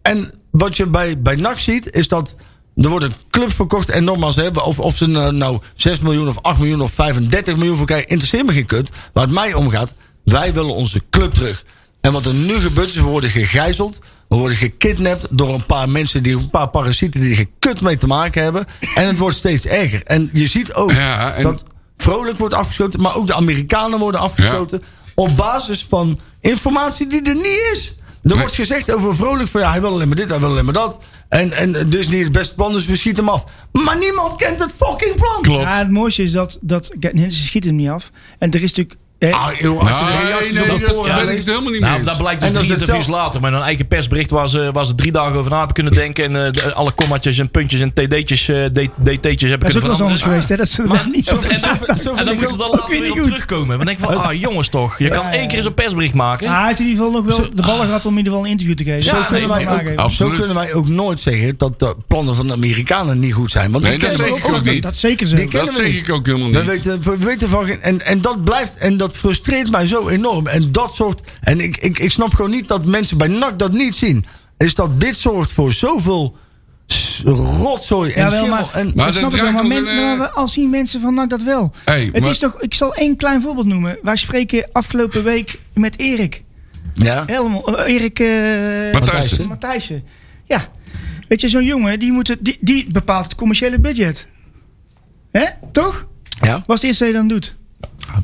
En wat je bij, bij NAC ziet, is dat er wordt een club verkocht. En nogmaals, hè, of, of ze er nou 6 miljoen of 8 miljoen of 35 miljoen voor krijgen, interesseert me geen kut. Waar het mij om gaat, wij willen onze club terug. En wat er nu gebeurt is, we worden gegijzeld. We worden gekidnapt door een paar mensen, die, een paar parasieten die er gekut mee te maken hebben. En het wordt steeds erger. En je ziet ook
Ja, en-
dat Vrolijk wordt afgeschoten, maar ook de Amerikanen worden afgeschoten. Op basis van informatie die er niet is. Er wordt gezegd over Vrolijk van ja, hij wil alleen maar dit, hij wil alleen maar dat. En, en het is niet het beste plan, dus we schieten hem af. Maar niemand kent het fucking plan.
Klopt.
Ja, het mooiste is dat, dat kijk, nee, ze schieten hem niet af. En er is natuurlijk... eh,
Ah, joh, als je de
Nee,
reacties
nee,
op
dat
dat forum
ben ik
leest-
het helemaal niet mee
Nou,
eens.
dat blijkt
En
dus
dat
drie
is
interviews
hetzelfde.
later. Met een eigen persbericht waar ze, waar ze drie dagen over na hebben kunnen denken. En eh, de- alle kommatjes en puntjes en td'tjes, eh, d- dt'tjes hebben
dat is ook
kunnen
wel eens anders
veranderen.
geweest, hè? Dat ze
Maar
maar, niet
en, en,
zo
en, dan moeten ze dan
ook
later
weer
weer op
niet goed.
terugkomen. Want dan denk ik van, ah jongens toch. Je kan één keer eens een persbericht maken.
Ah, hij heeft in ieder geval nog wel de ballen gehad om in ieder geval een interview te geven.
Zo
Dat
kunnen
moet
wij
ik maar
ook-
aangeven.
Ah,
Zo
Absoluut.
kunnen wij ook nooit zeggen dat de plannen van de Amerikanen niet goed zijn. Want
Nee,
die
dat
kennen we
zeg ik ook niet.
Oh, Dat is zeker zo.
Die kennen
Dat
we
zeg
niet.
ik ook helemaal
We
niet.
weten, we weten van geen- en, en dat blijft en dat frustreert mij zo enorm. En dat soort. En ik, ik, ik snap gewoon niet dat mensen bij NAC dat niet zien. Is dat dit soort voor zoveel s- rotzooi en
Jawel,
schimmel.
maar-
en,
Maar
dat
dat
snap ik wel, maar
draagt
men,
nog een, eh,
maar al zien mensen van NAC dat wel.
Hey,
het
maar-
is toch, ik zal één klein voorbeeld noemen. Wij spreken afgelopen week met Erik.
ja.
Helemaal, eh, Erik eh,
Matthijssen.
Matthijssen. Ja. Weet je, zo'n jongen die, moet het, die, die bepaalt het commerciële budget. Hè? Toch?
Ja.
Wat is het eerste dat je dan doet?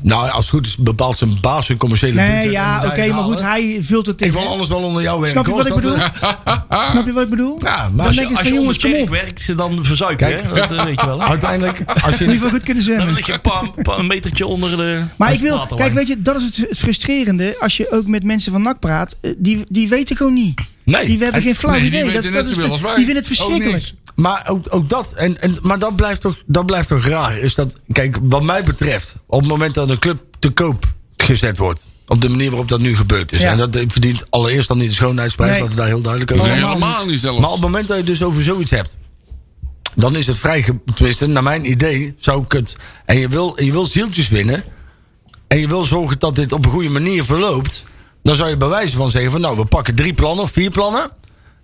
Nou, als het goed is, bepaalt zijn baas hun commerciële
Nee,
budget
ja,
en
oké,
moet hij het
maar goed,
halen.
hij vult het in.
Ik wil
hè?
alles wel onder jouw werk.
Snap je
hoor,
wat
dat-
ik bedoel? Snap je wat ik bedoel?
Ja, maar
dan
als
denk ik
Als
van
je
jongens,
onder
kom
Tjerk
op.
werkt, dan verzuiken.
Kijk.
hè? Dat eh, weet je wel. hè?
Uiteindelijk, als je
In ieder
niet...
geval goed kunnen
Dan
zwemmen.
lig je een, paar, een paar- een metertje onder de.
Maar
als
ik wil,
waterlijn.
kijk, weet je, dat is het het frustrerende als je ook met mensen van NAC praat. eh, Die, die weten gewoon niet.
Nee,
Die hebben
en-
geen flauw
nee, die
idee.
weten
Dat is-
net
dat is
zoveel
de-
als wij.
Die vinden het
Ook
verschrikkelijk.
niks.
Maar ook, ook dat, en, en, maar dat blijft, toch, dat blijft toch raar. Is dat, kijk, wat mij betreft, op het moment dat een club te koop gezet wordt. Op de manier waarop dat nu gebeurd is.
Ja.
En dat verdient allereerst dan niet de schoonheidsprijs.
Nee.
Laten we daar heel duidelijk over
Nee,
zijn.
helemaal niet zelfs.
Maar op het moment dat je het dus over zoiets hebt. Dan is het vrij, ge- tenminste, naar mijn idee zou ik het. En je wil, je wil zieltjes winnen. En je wil zorgen dat dit op een goede manier verloopt. Dan zou je bij wijze van zeggen van nou, we pakken drie plannen, vier plannen.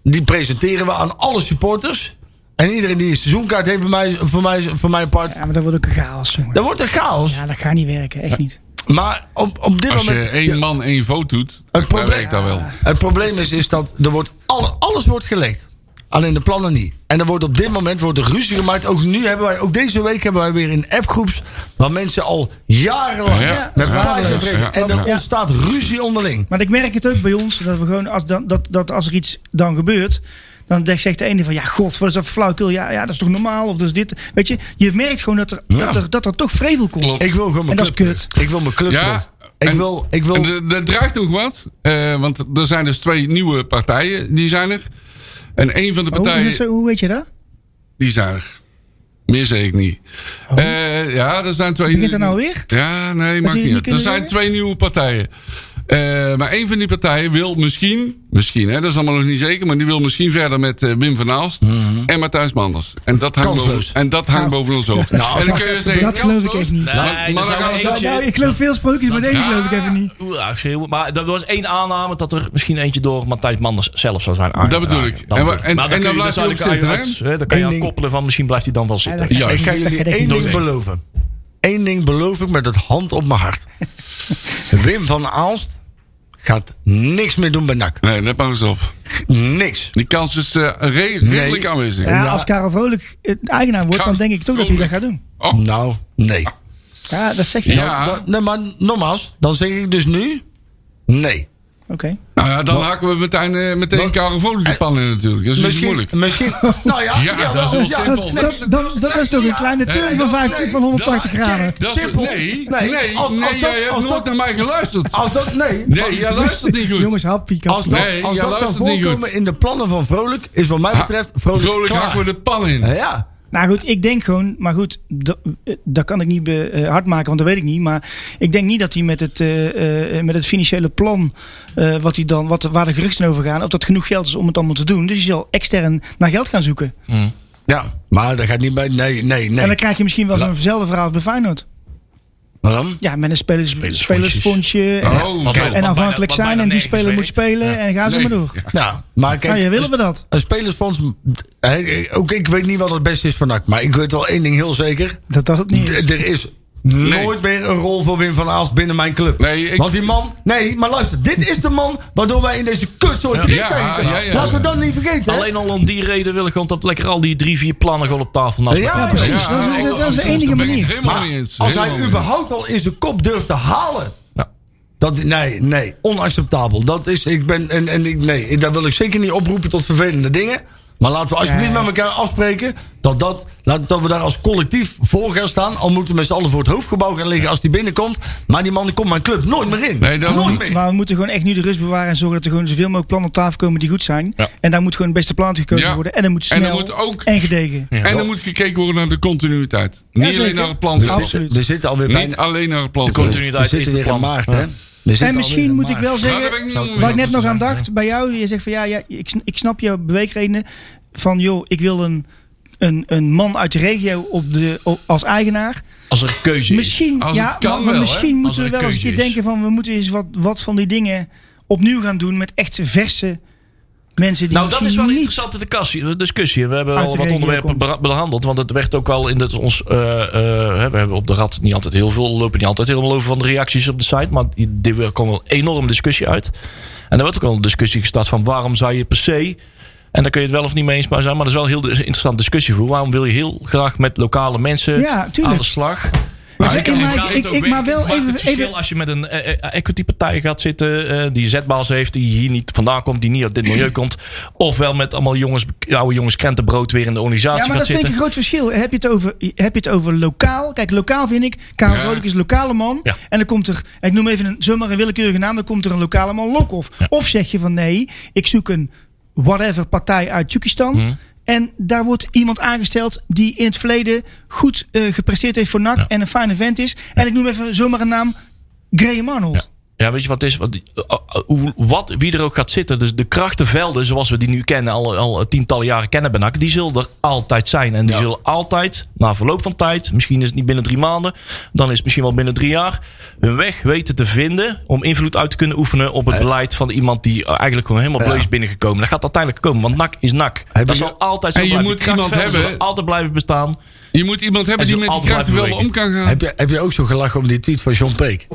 Die presenteren we aan alle supporters. En iedereen die een seizoenkaart heeft bij mij, voor, mij, voor mijn part.
Ja, maar dat wordt ook een chaos, jongen.
Dan wordt er chaos.
Ja, dat gaat niet werken, echt niet.
Maar op, op dit
Als je
moment.
één man één vote doet, dan
probleem-
werkt dat wel.
Het probleem is, is dat er wordt alle, alles wordt gelekt. Alleen de plannen niet. En er wordt op dit moment wordt er ruzie gemaakt. Ook nu hebben wij, ook deze week hebben wij weer in appgroeps. waar mensen al jarenlang
Ja,
ja.
met
Ja,
paard
ja,
zijn vreden.
ja.
En er
Ja.
ontstaat ruzie onderling.
Maar ik merk het ook bij ons, dat, we gewoon als, dan, dat, dat als er iets dan gebeurt, dan de- zegt de ene van, ja god, wat is dat voor flauwekul? Ja, ja, dat is toch normaal? Of dat is dit. Weet je, je merkt gewoon dat er, dat er, dat er toch vrevel komt.
Klopt.
Ik wil gewoon mijn
En dat is
club.
kut.
terug. Ik wil mijn club. terug. Ik
en-
wil, ik wil.
en de- Dat dreigt nog wat. eh, want er zijn dus twee nieuwe partijen. Die zijn er. En een
Oh,
van de
Hoe, is
partijen.
dat zo? Hoe weet je dat?
Die zijn er. Meer zeg ik niet.
Oh.
Eh, ja, er zijn twee.
Begint
nieuwe-
dat nou weer?
Ja, nee, maakt niet
jullie niet
uit. Er
kunnen
zijn
zeggen?
twee nieuwe partijen. Eh, maar een van die partijen wil misschien, misschien hè, dat is allemaal nog niet zeker, maar die wil misschien verder met eh, Wim van Aalst en Matthijs Manders. En dat hangt,
Kansloos.
boven, en dat hangt boven ons hoofd. en dan kun je zeggen,
dat geloof ik
kansloos,
echt niet.
Nee,
maar-
er
maar
zou
dan
wel
gaat het-
eentje-
Nou, ik geloof veel sprookjes, maar deze geloof ik even niet.
Oeh, ja, ik schreeuw. maar dat was één aanname dat er misschien eentje door Matthijs Manders zelf zou zijn aangedragen.
bedoel ik.
Dan
En wa-
bedoel ik.
en-
maar
en
dan,
dan
kun je,
blijft
dan
hij ook
zou ik
zitten,
uit- hè, dan kan je
Eén
aan
ding.
koppelen van misschien blijft hij dan wel zitten.
Ja,
ik ga jullie
dat kan ik
één
niet
ding
doen.
beloven. Eén ding beloof ik met het hand op mijn hart. Wim van Aalst gaat niks meer doen bij NAC.
Nee, let maar eens op.
Niks.
Die kans is eh, re- redelijk aanwezig.
Ja, als Karel Vrolijk eh, eigenaar wordt, dan denk ik toch dat hij dat gaat doen.
Oh,
Nou, nee.
Ja, dat zeg je.
Ja.
Ja.
Dan- dan- nee, maar nogmaals, dan zeg ik dus nu nee.
Oké.
nou ja, dan hakken we meteen, eh, meteen Karel Volik de pan in natuurlijk. Dat is niet
Misschien,
moeilijk.
misschien. Nou ja,
Ja, dat
wel-
is heel
ja,
simpel.
Dat, dat, dat, dat is toch een kleine turn van, 50, van 180 graden.
Dat is,
Simpel.
nee,
Nee,
nee, nee,
als- als dat-
jij hebt
als
nooit
dat-
naar mij geluisterd.
Als dat nee.
Nee, jij luistert niet goed.
Jongens, happy.
Als dat,
Nee,
als
jij
dat zou
luistert niet
voorkomen in de plannen van Vrolijk, is wat mij betreft Vrolijk,
Vrolijk
klaar.
hakken we de pan in.
Ja,
Nou goed, ik denk gewoon, maar goed, dat, eh, dat kan ik niet be- eh, hard maken, want dat weet ik niet. Maar ik denk niet dat hij met het, eh, eh, met het financiële plan, eh, wat hij dan, wat, waar de geruchten over gaan, of dat genoeg geld is om het allemaal te doen. Dus je zal extern naar geld gaan zoeken.
ja. Maar dat gaat niet bij. Nee, nee,
En
nee.
dan krijg je misschien wel zo'nzelfde verhaal als bij Feyenoord.
Waarom?
Ja, met een spelers,
Spelersfondsjes.
spelersfondsje. en-
Oh,
Wat
kijk.
wel-
en afhankelijk
bijna- wat
zijn en
bijna
die
nergens
speler moet
werkt.
spelen en ga zo
Nee. dus
maar door.
Nou, maar kijk.
Nou, je
een-
willen we dat.
Een spelersfonds. eh, eh, Ook ik weet niet wat het beste is voor NAC. Maar ik weet wel één ding heel zeker.
Dat dat het niet is.
D- Er is nooit meer een rol voor Wim van Aalst binnen mijn club.
Nee, ik-
Want die man... Nee, maar luister. Dit is de man waardoor wij in deze kutsoort terecht
Ja,
zijn gekomen.
ja, ja, ja.
Laten we dat niet vergeten. hè?
Alleen al om die reden wil ik gewoon dat lekker al die drie, vier plannen gewoon op tafel naast
Ja,
elkaar
precies.
leggen.
dat is- dat is de
soms
enige
ben ik het
manier.
helemaal
Maar
niet eens.
als hij
Helemaal niet.
überhaupt al in zijn kop durft te halen...
Ja.
Dat, nee, nee, onacceptabel. Dat is, ik ben, en, en ik, nee, daar wil ik zeker niet oproepen tot vervelende dingen. Maar laten we alsjeblieft
Nee.
met elkaar afspreken dat, dat, laat- dat we daar als collectief voor gaan staan. Al moeten we met z'n allen voor het hoofdgebouw gaan liggen als die binnenkomt. Maar die man die komt mijn club nooit meer in.
Nee, dat
nooit
niet.
meer.
Maar we moeten gewoon echt nu de rust bewaren en zorgen dat er gewoon zoveel mogelijk plannen op tafel komen die goed zijn. En daar moet gewoon het beste plan gekozen
Ja.
worden. En dat moet
En
snel
dat
en,
moet ook-
gedegen.
En dan moet gekeken worden naar de continuïteit. Niet alleen
zeker.
naar het plan zelf.
Absoluut.
Er zitten alweer
Niet
bijna.
alleen naar het plan
De
zelf.
continuïteit.
We zitten
is de
weer in
plan.
maart, hè? We zitten
En misschien
alweer in
moet ik
maart.
wel
Nou, daar ben
zeggen,
ik niet mee
waar ik
eens.
net nog aan dacht, bij jou, je zegt van ja, ja ik, sn- ik snap jouw beweegredenen van joh, ik wil een, een, een man uit de regio op de, op- als eigenaar.
Als er keuze is.
Misschien,
Als
ja,
het kan
maar, maar
wel, hè?
misschien
Als
moeten
er
we
een
wel eens een
keuze
keer
is.
denken van we moeten eens wat, wat van die dingen opnieuw gaan doen met echt verse mensen die
Nou, dat is wel een
misschien niet
interessante discussie- discussie. We hebben
Uit
al
de
wat
regio
onderwerpen
komt.
bera- behandeld. Want het werd ook wel in dat ons. eh, eh, hè, we hebben op de rad niet altijd heel veel. Lopen niet altijd helemaal over van de reacties op de site. Maar er kwam wel een enorme discussie uit. En er werd ook al een discussie gestart van waarom zou je per se. En daar kun je het wel of niet mee eens maar zijn. Maar dat is wel een heel dis- interessante discussie voor. Waarom wil je heel graag met lokale mensen
Ja, tuurlijk.
aan de slag?
Maar
ik
zeg,
kan-
maar
ik-
ik- ik- ik- maar wel
maakt
even-
het verschil
even-
als je met een eh, eh, equity partij gaat zitten eh, die zetbaas heeft, die hier niet vandaan komt, die niet uit dit milieu komt. Ofwel met allemaal jongens, oude jongens krentenbrood weer in de organisatie
Ja, maar
gaat
dat vind ik
zitten.
een groot verschil. Heb je het over, heb je het over lokaal? Kijk, lokaal vind ik, Karel
Ja.
Rodek is een lokale man.
Ja.
En dan komt er, ik noem even een, zomaar een willekeurige naam, dan komt er een lokale man Lokhoff. Of zeg je van nee, ik zoek een whatever partij uit Tjukistan.
Mhm.
En daar wordt iemand aangesteld die in het verleden goed eh, gepresteerd heeft voor NAC en een fijne vent is. En ik noem even zomaar een naam, Graham Arnold.
Ja, weet je wat het is? Wat, die- eh, eh, hoe- wat, wie er ook gaat zitten. Dus de krachtenvelden zoals we die nu kennen, al, al tientallen jaren kennen bij NAC, die zullen er altijd zijn. En die zullen altijd, na verloop van tijd, misschien is het niet binnen drie maanden, dan is het misschien wel binnen drie jaar, hun weg weten te vinden om invloed uit te kunnen oefenen op het beleid van iemand die eh, eigenlijk gewoon helemaal bleus is binnengekomen. Dat gaat uiteindelijk komen, want NAC is NAC. dat
je-
zal altijd zo
En je
blijven. Die
moet iemand
krachtenvelden
hebben-
zullen altijd blijven bestaan.
Je moet iemand hebben
En
die
zo
met die
altijd
krachten wel
blijven
om kan gaan.
Heb je, heb je ook zo gelachen om die tweet van John Peek?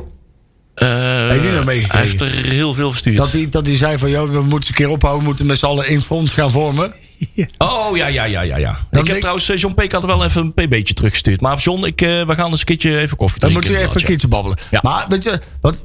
Eh,
je die nog
hij
meegekregen?
heeft er heel veel verstuurd.
Dat hij dat die zei van, joh, we moeten eens een keer ophouden. We moeten met z'n allen één front gaan vormen.
Oh ja, ja, ja, ja. ja. ik heb
denk-
trouwens, eh, John Peek had wel even een pb'tje teruggestuurd. Maar John, ik, eh, we gaan eens een keertje even koffie
Dan
drinken.
moet je even een
inderdaad,
keertje babbelen.
Ja.
Maar weet je, wat,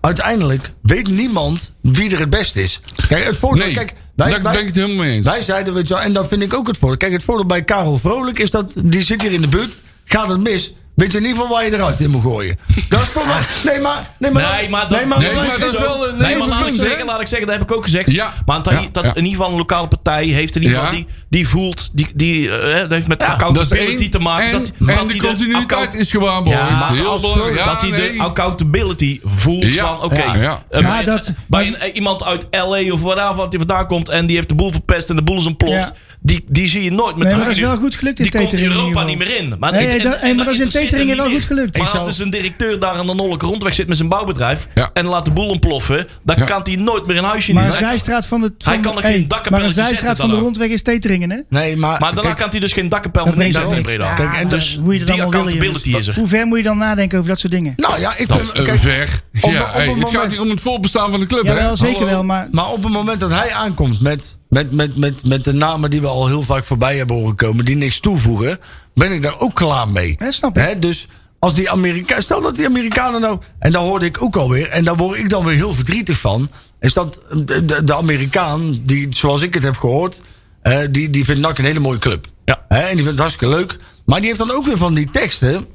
uiteindelijk weet niemand wie er het best is. Kijk, het voordeel,
Nee,
kijk,
daar ben ik het helemaal mee eens.
Wij zeiden, weet je wel, en dat vind ik ook het voordeel. Kijk, het voordeel bij Karel Vrolijk is dat, die zit hier in de buurt, gaat het mis... Weet je in ieder geval waar je eruit in moet gooien. Dat is voor mij. Nee, maar. Nee, maar.
ja. Nee, maar dat,
nee, maar,
nee, maar dat is wel een
nee, maar laat, ik
levenspunt,
zeggen,
hè?
laat ik zeggen, dat heb ik ook gezegd.
Ja.
Maar dat,
Ja,
dat
ja.
in ieder geval een lokale partij heeft in ieder geval
Ja.
die, die voelt, die, die eh, dat heeft met
één.
accountability te maken.
En,
dat,
en
dat
de
die
continuïteit
account-
is gewaarborgd.
Ja, maar
Heel
als
belangrijk. Ja,
dat hij de
nee.
accountability voelt
Ja,
van, oké,
ja, ja.
eh,
Ja,
bij,
dat-
bij een- eh, iemand uit LA of waar wat die vandaan komt en die heeft de boel verpest en de boel is ontploft,
Ja.
die, die zie je nooit
Nee,
meer
maar
terug.
dat is wel goed gelukt in
Die komt in
Teteringen in
Europa niet
ieder
meer in. Maar,
Nee,
het-
nee, dat- nee, maar dat is in
interesseert
Teteringen
hem
wel
niet
goed gelukt.
Maar
Ik
als
zal-
dus een directeur daar aan de nolle rondweg zit met zijn bouwbedrijf
Ja.
en laat de boel ontploffen, dan
Ja.
kan hij nooit meer een huisje
Maar een
nemen.
zijstraat van het.
Hij
van-
kan er
hey,
geen dakkapelletje
Maar een
zetten
zijstraat
dan
van de
ook.
rondweg is Teteringen, hè?
Nee, maar.
Maar daarna
kijk,
kan hij dus geen dakkenpel meer
Dat
niks
brengt
uit in
ook niks.
Breda.
Ja,
Kijk, en
maar
dus
hoe je er dan
die
wel wil,
accountability
jongens.
is er.
Hoe ver moet je dan nadenken over dat soort dingen?
Nou ja, ik vind.
Eh,
kijk,
ver.
op-
ja,
op
hey,
een
het gaat
moment-
hier om het voorbestaan van de club,
Ja,
hè?
wel, zeker
Hallo.
wel, maar
Maar op het moment dat hij aankomt met, met, met, met, met de namen die we al heel vaak voorbij hebben horen komen, die niks toevoegen, ben ik daar ook klaar mee.
Ja, snap ik.
Hè, dus als die Amerika stel dat die Amerikanen nou, en daar hoorde ik ook alweer, en daar word ik dan weer heel verdrietig van, is dat eh, de, de Amerikaan, die, zoals ik het heb gehoord, eh, die, die vindt NAC een hele mooie club.
Ja.
Hè, en die vindt het hartstikke leuk. Maar die heeft dan ook weer van die teksten.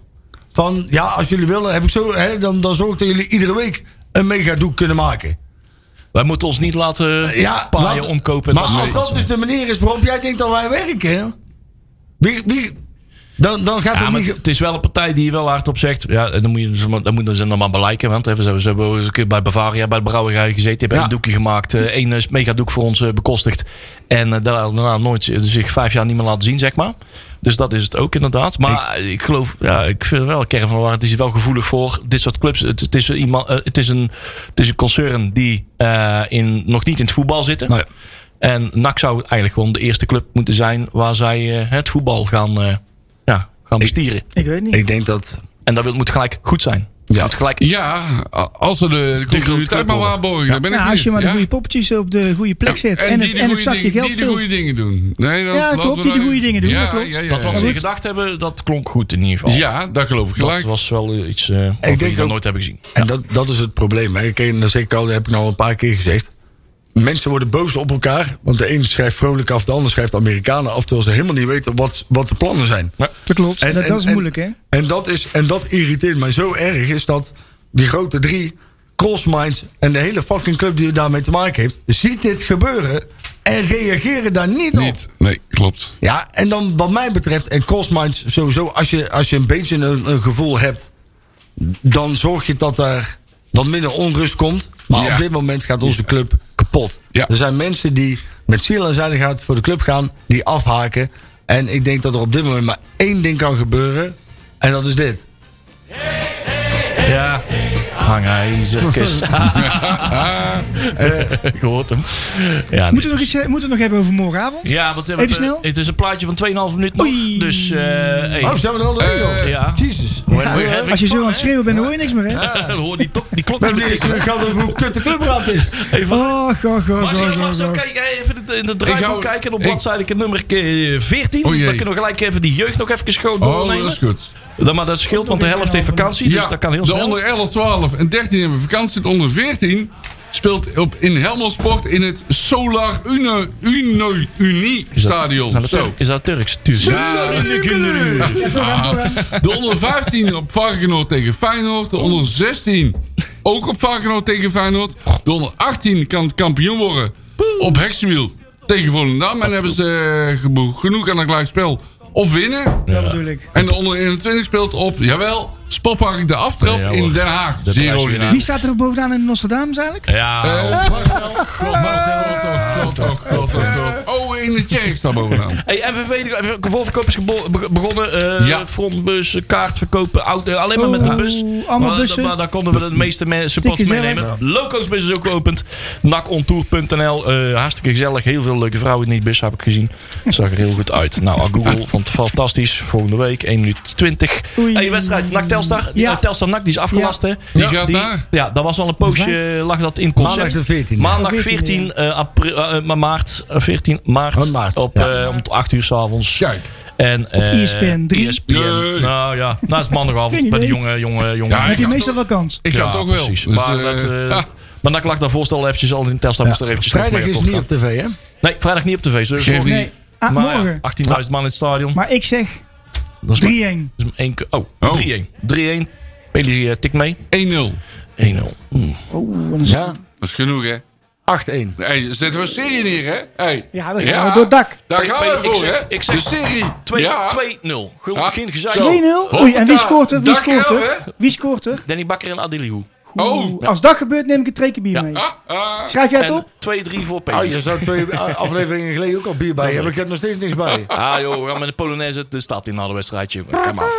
Van ja, als jullie willen, heb ik zo, hè, dan, dan zorg ik dat jullie iedere week een mega doek kunnen maken
Wij moeten ons niet laten
ja,
paaien,
laten-
omkopen.
Maar
Dat
als
soort
dat
dingen.
dus de manier is waarop jij denkt dat wij werken. Wie, wie, dan, dan gaat
Ja,
het
maar
niet.
het het is wel een partij die je wel hardop zegt. Ja, dan moet je, ze maar- dan moeten ze nog maar belijken. Want even, zo- ze hebben eens een keer bij Bavaria, bij de Brouwerij gezeten. Die hebben
Ja.
een doekje gemaakt. eh, één eh, megadoek voor ons eh, bekostigd. En eh, daarna, daarna nooit eh, zich vijf jaar niet meer laten zien, zeg maar. Dus dat is het ook inderdaad. Maar eh, ik, geloof, ja, ik vind wel, kern van waar het is wel gevoelig voor dit soort clubs. Het, het, is, iemand, eh, het, is, een, het is een concern die eh, in, nog niet in het voetbal zitten.
Nee.
En NAC zou eigenlijk gewoon de eerste club moeten zijn waar zij eh, het voetbal gaan, eh, ja, gaan bestieren.
ik weet niet.
Ik denk dat.
En dat wil- moet gelijk goed zijn. Het moet gelijk
Ja, a- als ze de, de continuïteit
club
maar
worden.
waarborgen, dan ben ik
Nou, als je
hier.
maar de
Ja.
goede poppetjes op de goede plek zet en,
die
het,
de
en het
goede
zakje
dingen-
geld
Die de goede
vult.
dingen doen. Nee, dat,
Ja,
laten
klopt,
we
die de
dan-
goede dingen doen,
Ja,
dat klopt.
Ja, ja,
dat wat
ja.
ze gedacht hebben, dat klonk goed in ieder geval.
Ja, dat geloof ik
dat
gelijk.
was wel eh, iets eh, wat
denk
we nog
ook-
nooit hebben gezien.
En dat, dat is het probleem. Hè. Kijk, en dat, zeg ik al, dat heb ik nou al een paar keer gezegd. Mensen worden boos op elkaar. Want de een schrijft vrolijk af, de ander schrijft Amerikanen af. Terwijl ze helemaal niet weten wat, wat de plannen zijn.
Dat klopt. dat, dat is moeilijk, hè?
En dat, is, en dat irriteert mij zo erg, is dat die grote drie, Crossminds en de hele fucking club die daarmee te maken heeft, ziet dit gebeuren en reageren daar niet,
Niet.
op.
Nee, klopt.
Ja, en dan wat mij betreft, en Crossminds sowieso, als je, als je een beetje een, een gevoel hebt, dan zorg je dat daar wat minder onrust komt. Maar
Ja.
op dit moment gaat onze club kapot.
Ja.
Er zijn mensen die met ziel en zijdigheid voor de club gaan, die afhaken. En ik denk dat er op dit moment maar één ding kan gebeuren. En dat is dit.
Ja, Hangijzerkes. Eh, Ik hoort hem.
Moeten
Ja,
we,
nee.
nog iets, eh, moeten we het nog hebben over morgenavond?
Ja, want,
Even
eh, want, eh,
snel?
Het is een plaatje van 2,5 minuut nog.
Oei.
Dus, eh hey.
Oh, zijn we er al doorheen, joh?
Eh, ja.
Jezus.
When we're having
Als je zo
fun,
aan het
hè?
schreeuwen bent, dan hoor je niks meer, hè?
Dan hoor die, tok- die klok
We
niet meer
hebben niet eens gehad over hoe kut de clubraad is.
Even
Oh, goh, goh, goh,
Marcel,
goh,
Marcel,
goh.
kijk hey, even in de, in de draaiboek
Ik hou-
kijken op
ik-
bladzijde nummer eh, 14.
O,
Dan
jee.
kunnen we gelijk even die jeugd nog even schoon
Oh,
doornemen.
dat is goed.
Dan, maar dat scheelt, want de helft heeft vakantie, dus dat kan heel
de
snel.
onder 11, 12 en 13 hebben vakantie. De onder 14 speelt op, in Helmond Sport in het Solar Uno, Uno, Unie Stadion.
Is dat
Zo.
Turk- Is dat Turks? Tuurlijk.
Ja. De onder 15 op Varkenoord tegen Feyenoord. De onder 16 ook op Varkenoord tegen Feyenoord. De onder 18 kan kampioen worden op Heksenwiel tegen Volendam. En hebben ze eh, gebo- genoeg aan een gelijkspel of winnen.
Dat bedoel ik.
En de onder 21 speelt op, jawel, Spotpark de aftrap
Ja, hoor.
in Den Haag.
De
Zero
prijswinnaar.
Wie staat er ook bovenaan in Nostradamus eigenlijk?
Ja,
Eh, God, God, God, God. Oh, in de kerk staat bovenaan.
Hey, MVV, de voorverkoop is gebo- be- begonnen. eh
Ja.
Frontbus, kaartverkopen, auto, alleen maar
Oh,
met de
ja.
bus.
Oh, allemaal
maar,
bussen.
Maar daar konden we de meeste me- supporters
gezellig.
meenemen. Locosbus is ook geopend. Nakontour.nl, eh hartstikke gezellig. Heel veel leuke vrouwen in die bus heb ik gezien. Zag er heel goed uit. Nou, aan Google vond het fantastisch. Volgende week, 1 minuut 20.
Oei.
Hey, wedstrijd, NAC Telstar. Die,
Ja.
eh, Telstar NAC, die is afgelast hè.
Die gaat naar?
Ja, dat was al een poosje, lag dat in concept.
Maandag de 14e.
Maandag
14e,
14 eh, april, eh, maar maart, eh, 14 maart.
Oh, maart,
Op,
ja.
eh, om 8 uur s'avonds.
Kijk.
En, eh,
ESPN 3.
ESPN.
Nee.
Nou ja, nou is het maandagavond
Geen
bij de
idee.
jonge, jonge, jonge.
Ja,
Met die
ik-
meestal wel kans.
Ik ga toch wel.
precies.
Dus,
maar,
eh,
dat, eh,
ah,
maar dan lag daar voorstel eventjes al in Telstar. moest er eventjes nog
Vrijdag
mee
is
akkoord
niet op tv, hè?
gaan. Nee, vrijdag niet op tv. Dus
Geef
nog
niet.
Nee, ah,
Maar ja,
morgen.
18.000 man in het stadion.
Maar ik zeg 3-1.
dat is maar- dat is maar één keer- Oh,
Oh.
3-1. 3-1. Peli eh, tikt mee.
1-0.
1-0. Mm.
Oh, wat een-
Ja.
Dat is genoeg, hè?
8-1.
Hey, zetten we een serie neer, hè? Hey.
Ja, dan gaan we door het dak.
Daar gaan we
Peter, ik
voor,
zeg-
hè?
ik zeg-
de serie.
2
Ja.
2-0. Ge-
Ja.
Geen gezeik.
Zo.
2-0. Oei, en wie scoort er? Wie
Dak
scoort
eraf,
er? Wie scoort er?
Danny Bakker en Adilihu.
Oh.
Als dat gebeurt, neem ik een trekken bier
Ja.
mee.
Ah, ah.
Schrijf jij het
En
op?
2-3 voor Peter.
Oh, je zou twee afleveringen geleden ook al bier bij hebben. Ik heb nog steeds niks bij.
Ah joh, we gaan met de Polonaise de stad in na de wedstrijd. jongen. Kom aan.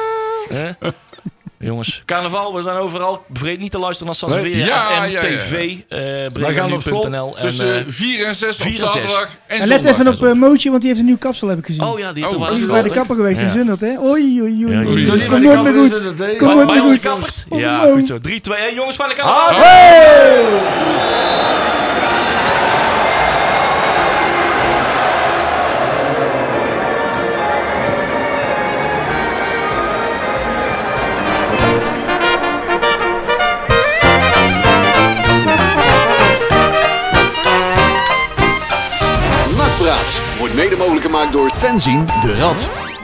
Hè? Jongens, carnaval, we zijn overal. Vergeet niet te luisteren naar Sansevieria
Nee. Ja,
FM,
ja, ja.
TV, eh
Wij gaan op school
brega.nl en...
Tussen
eh,
4 en 6 op
4 en 6.
zaterdag. En,
En let
zondag.
even op eh, Mootje, want die heeft een nieuw kapsel, heb ik gezien.
Oh ja, die heeft
Oh,
er wel
die
Die
eens
is bij de
gehad, hè?
kapper geweest in
Ja.
Zundert, hè? Oei, oei, oei.
Ja,
oei.
jullie-
Kom nooit meer goed. Kom
Bij,
nooit
bij
meer
onze
goed.
kappert?
Onze
Ja,
Mo.
goed zo. 3-2. Hey, jongens van de carnaval.
Nakpraat wordt mede mogelijk gemaakt door Fenzin de Rad.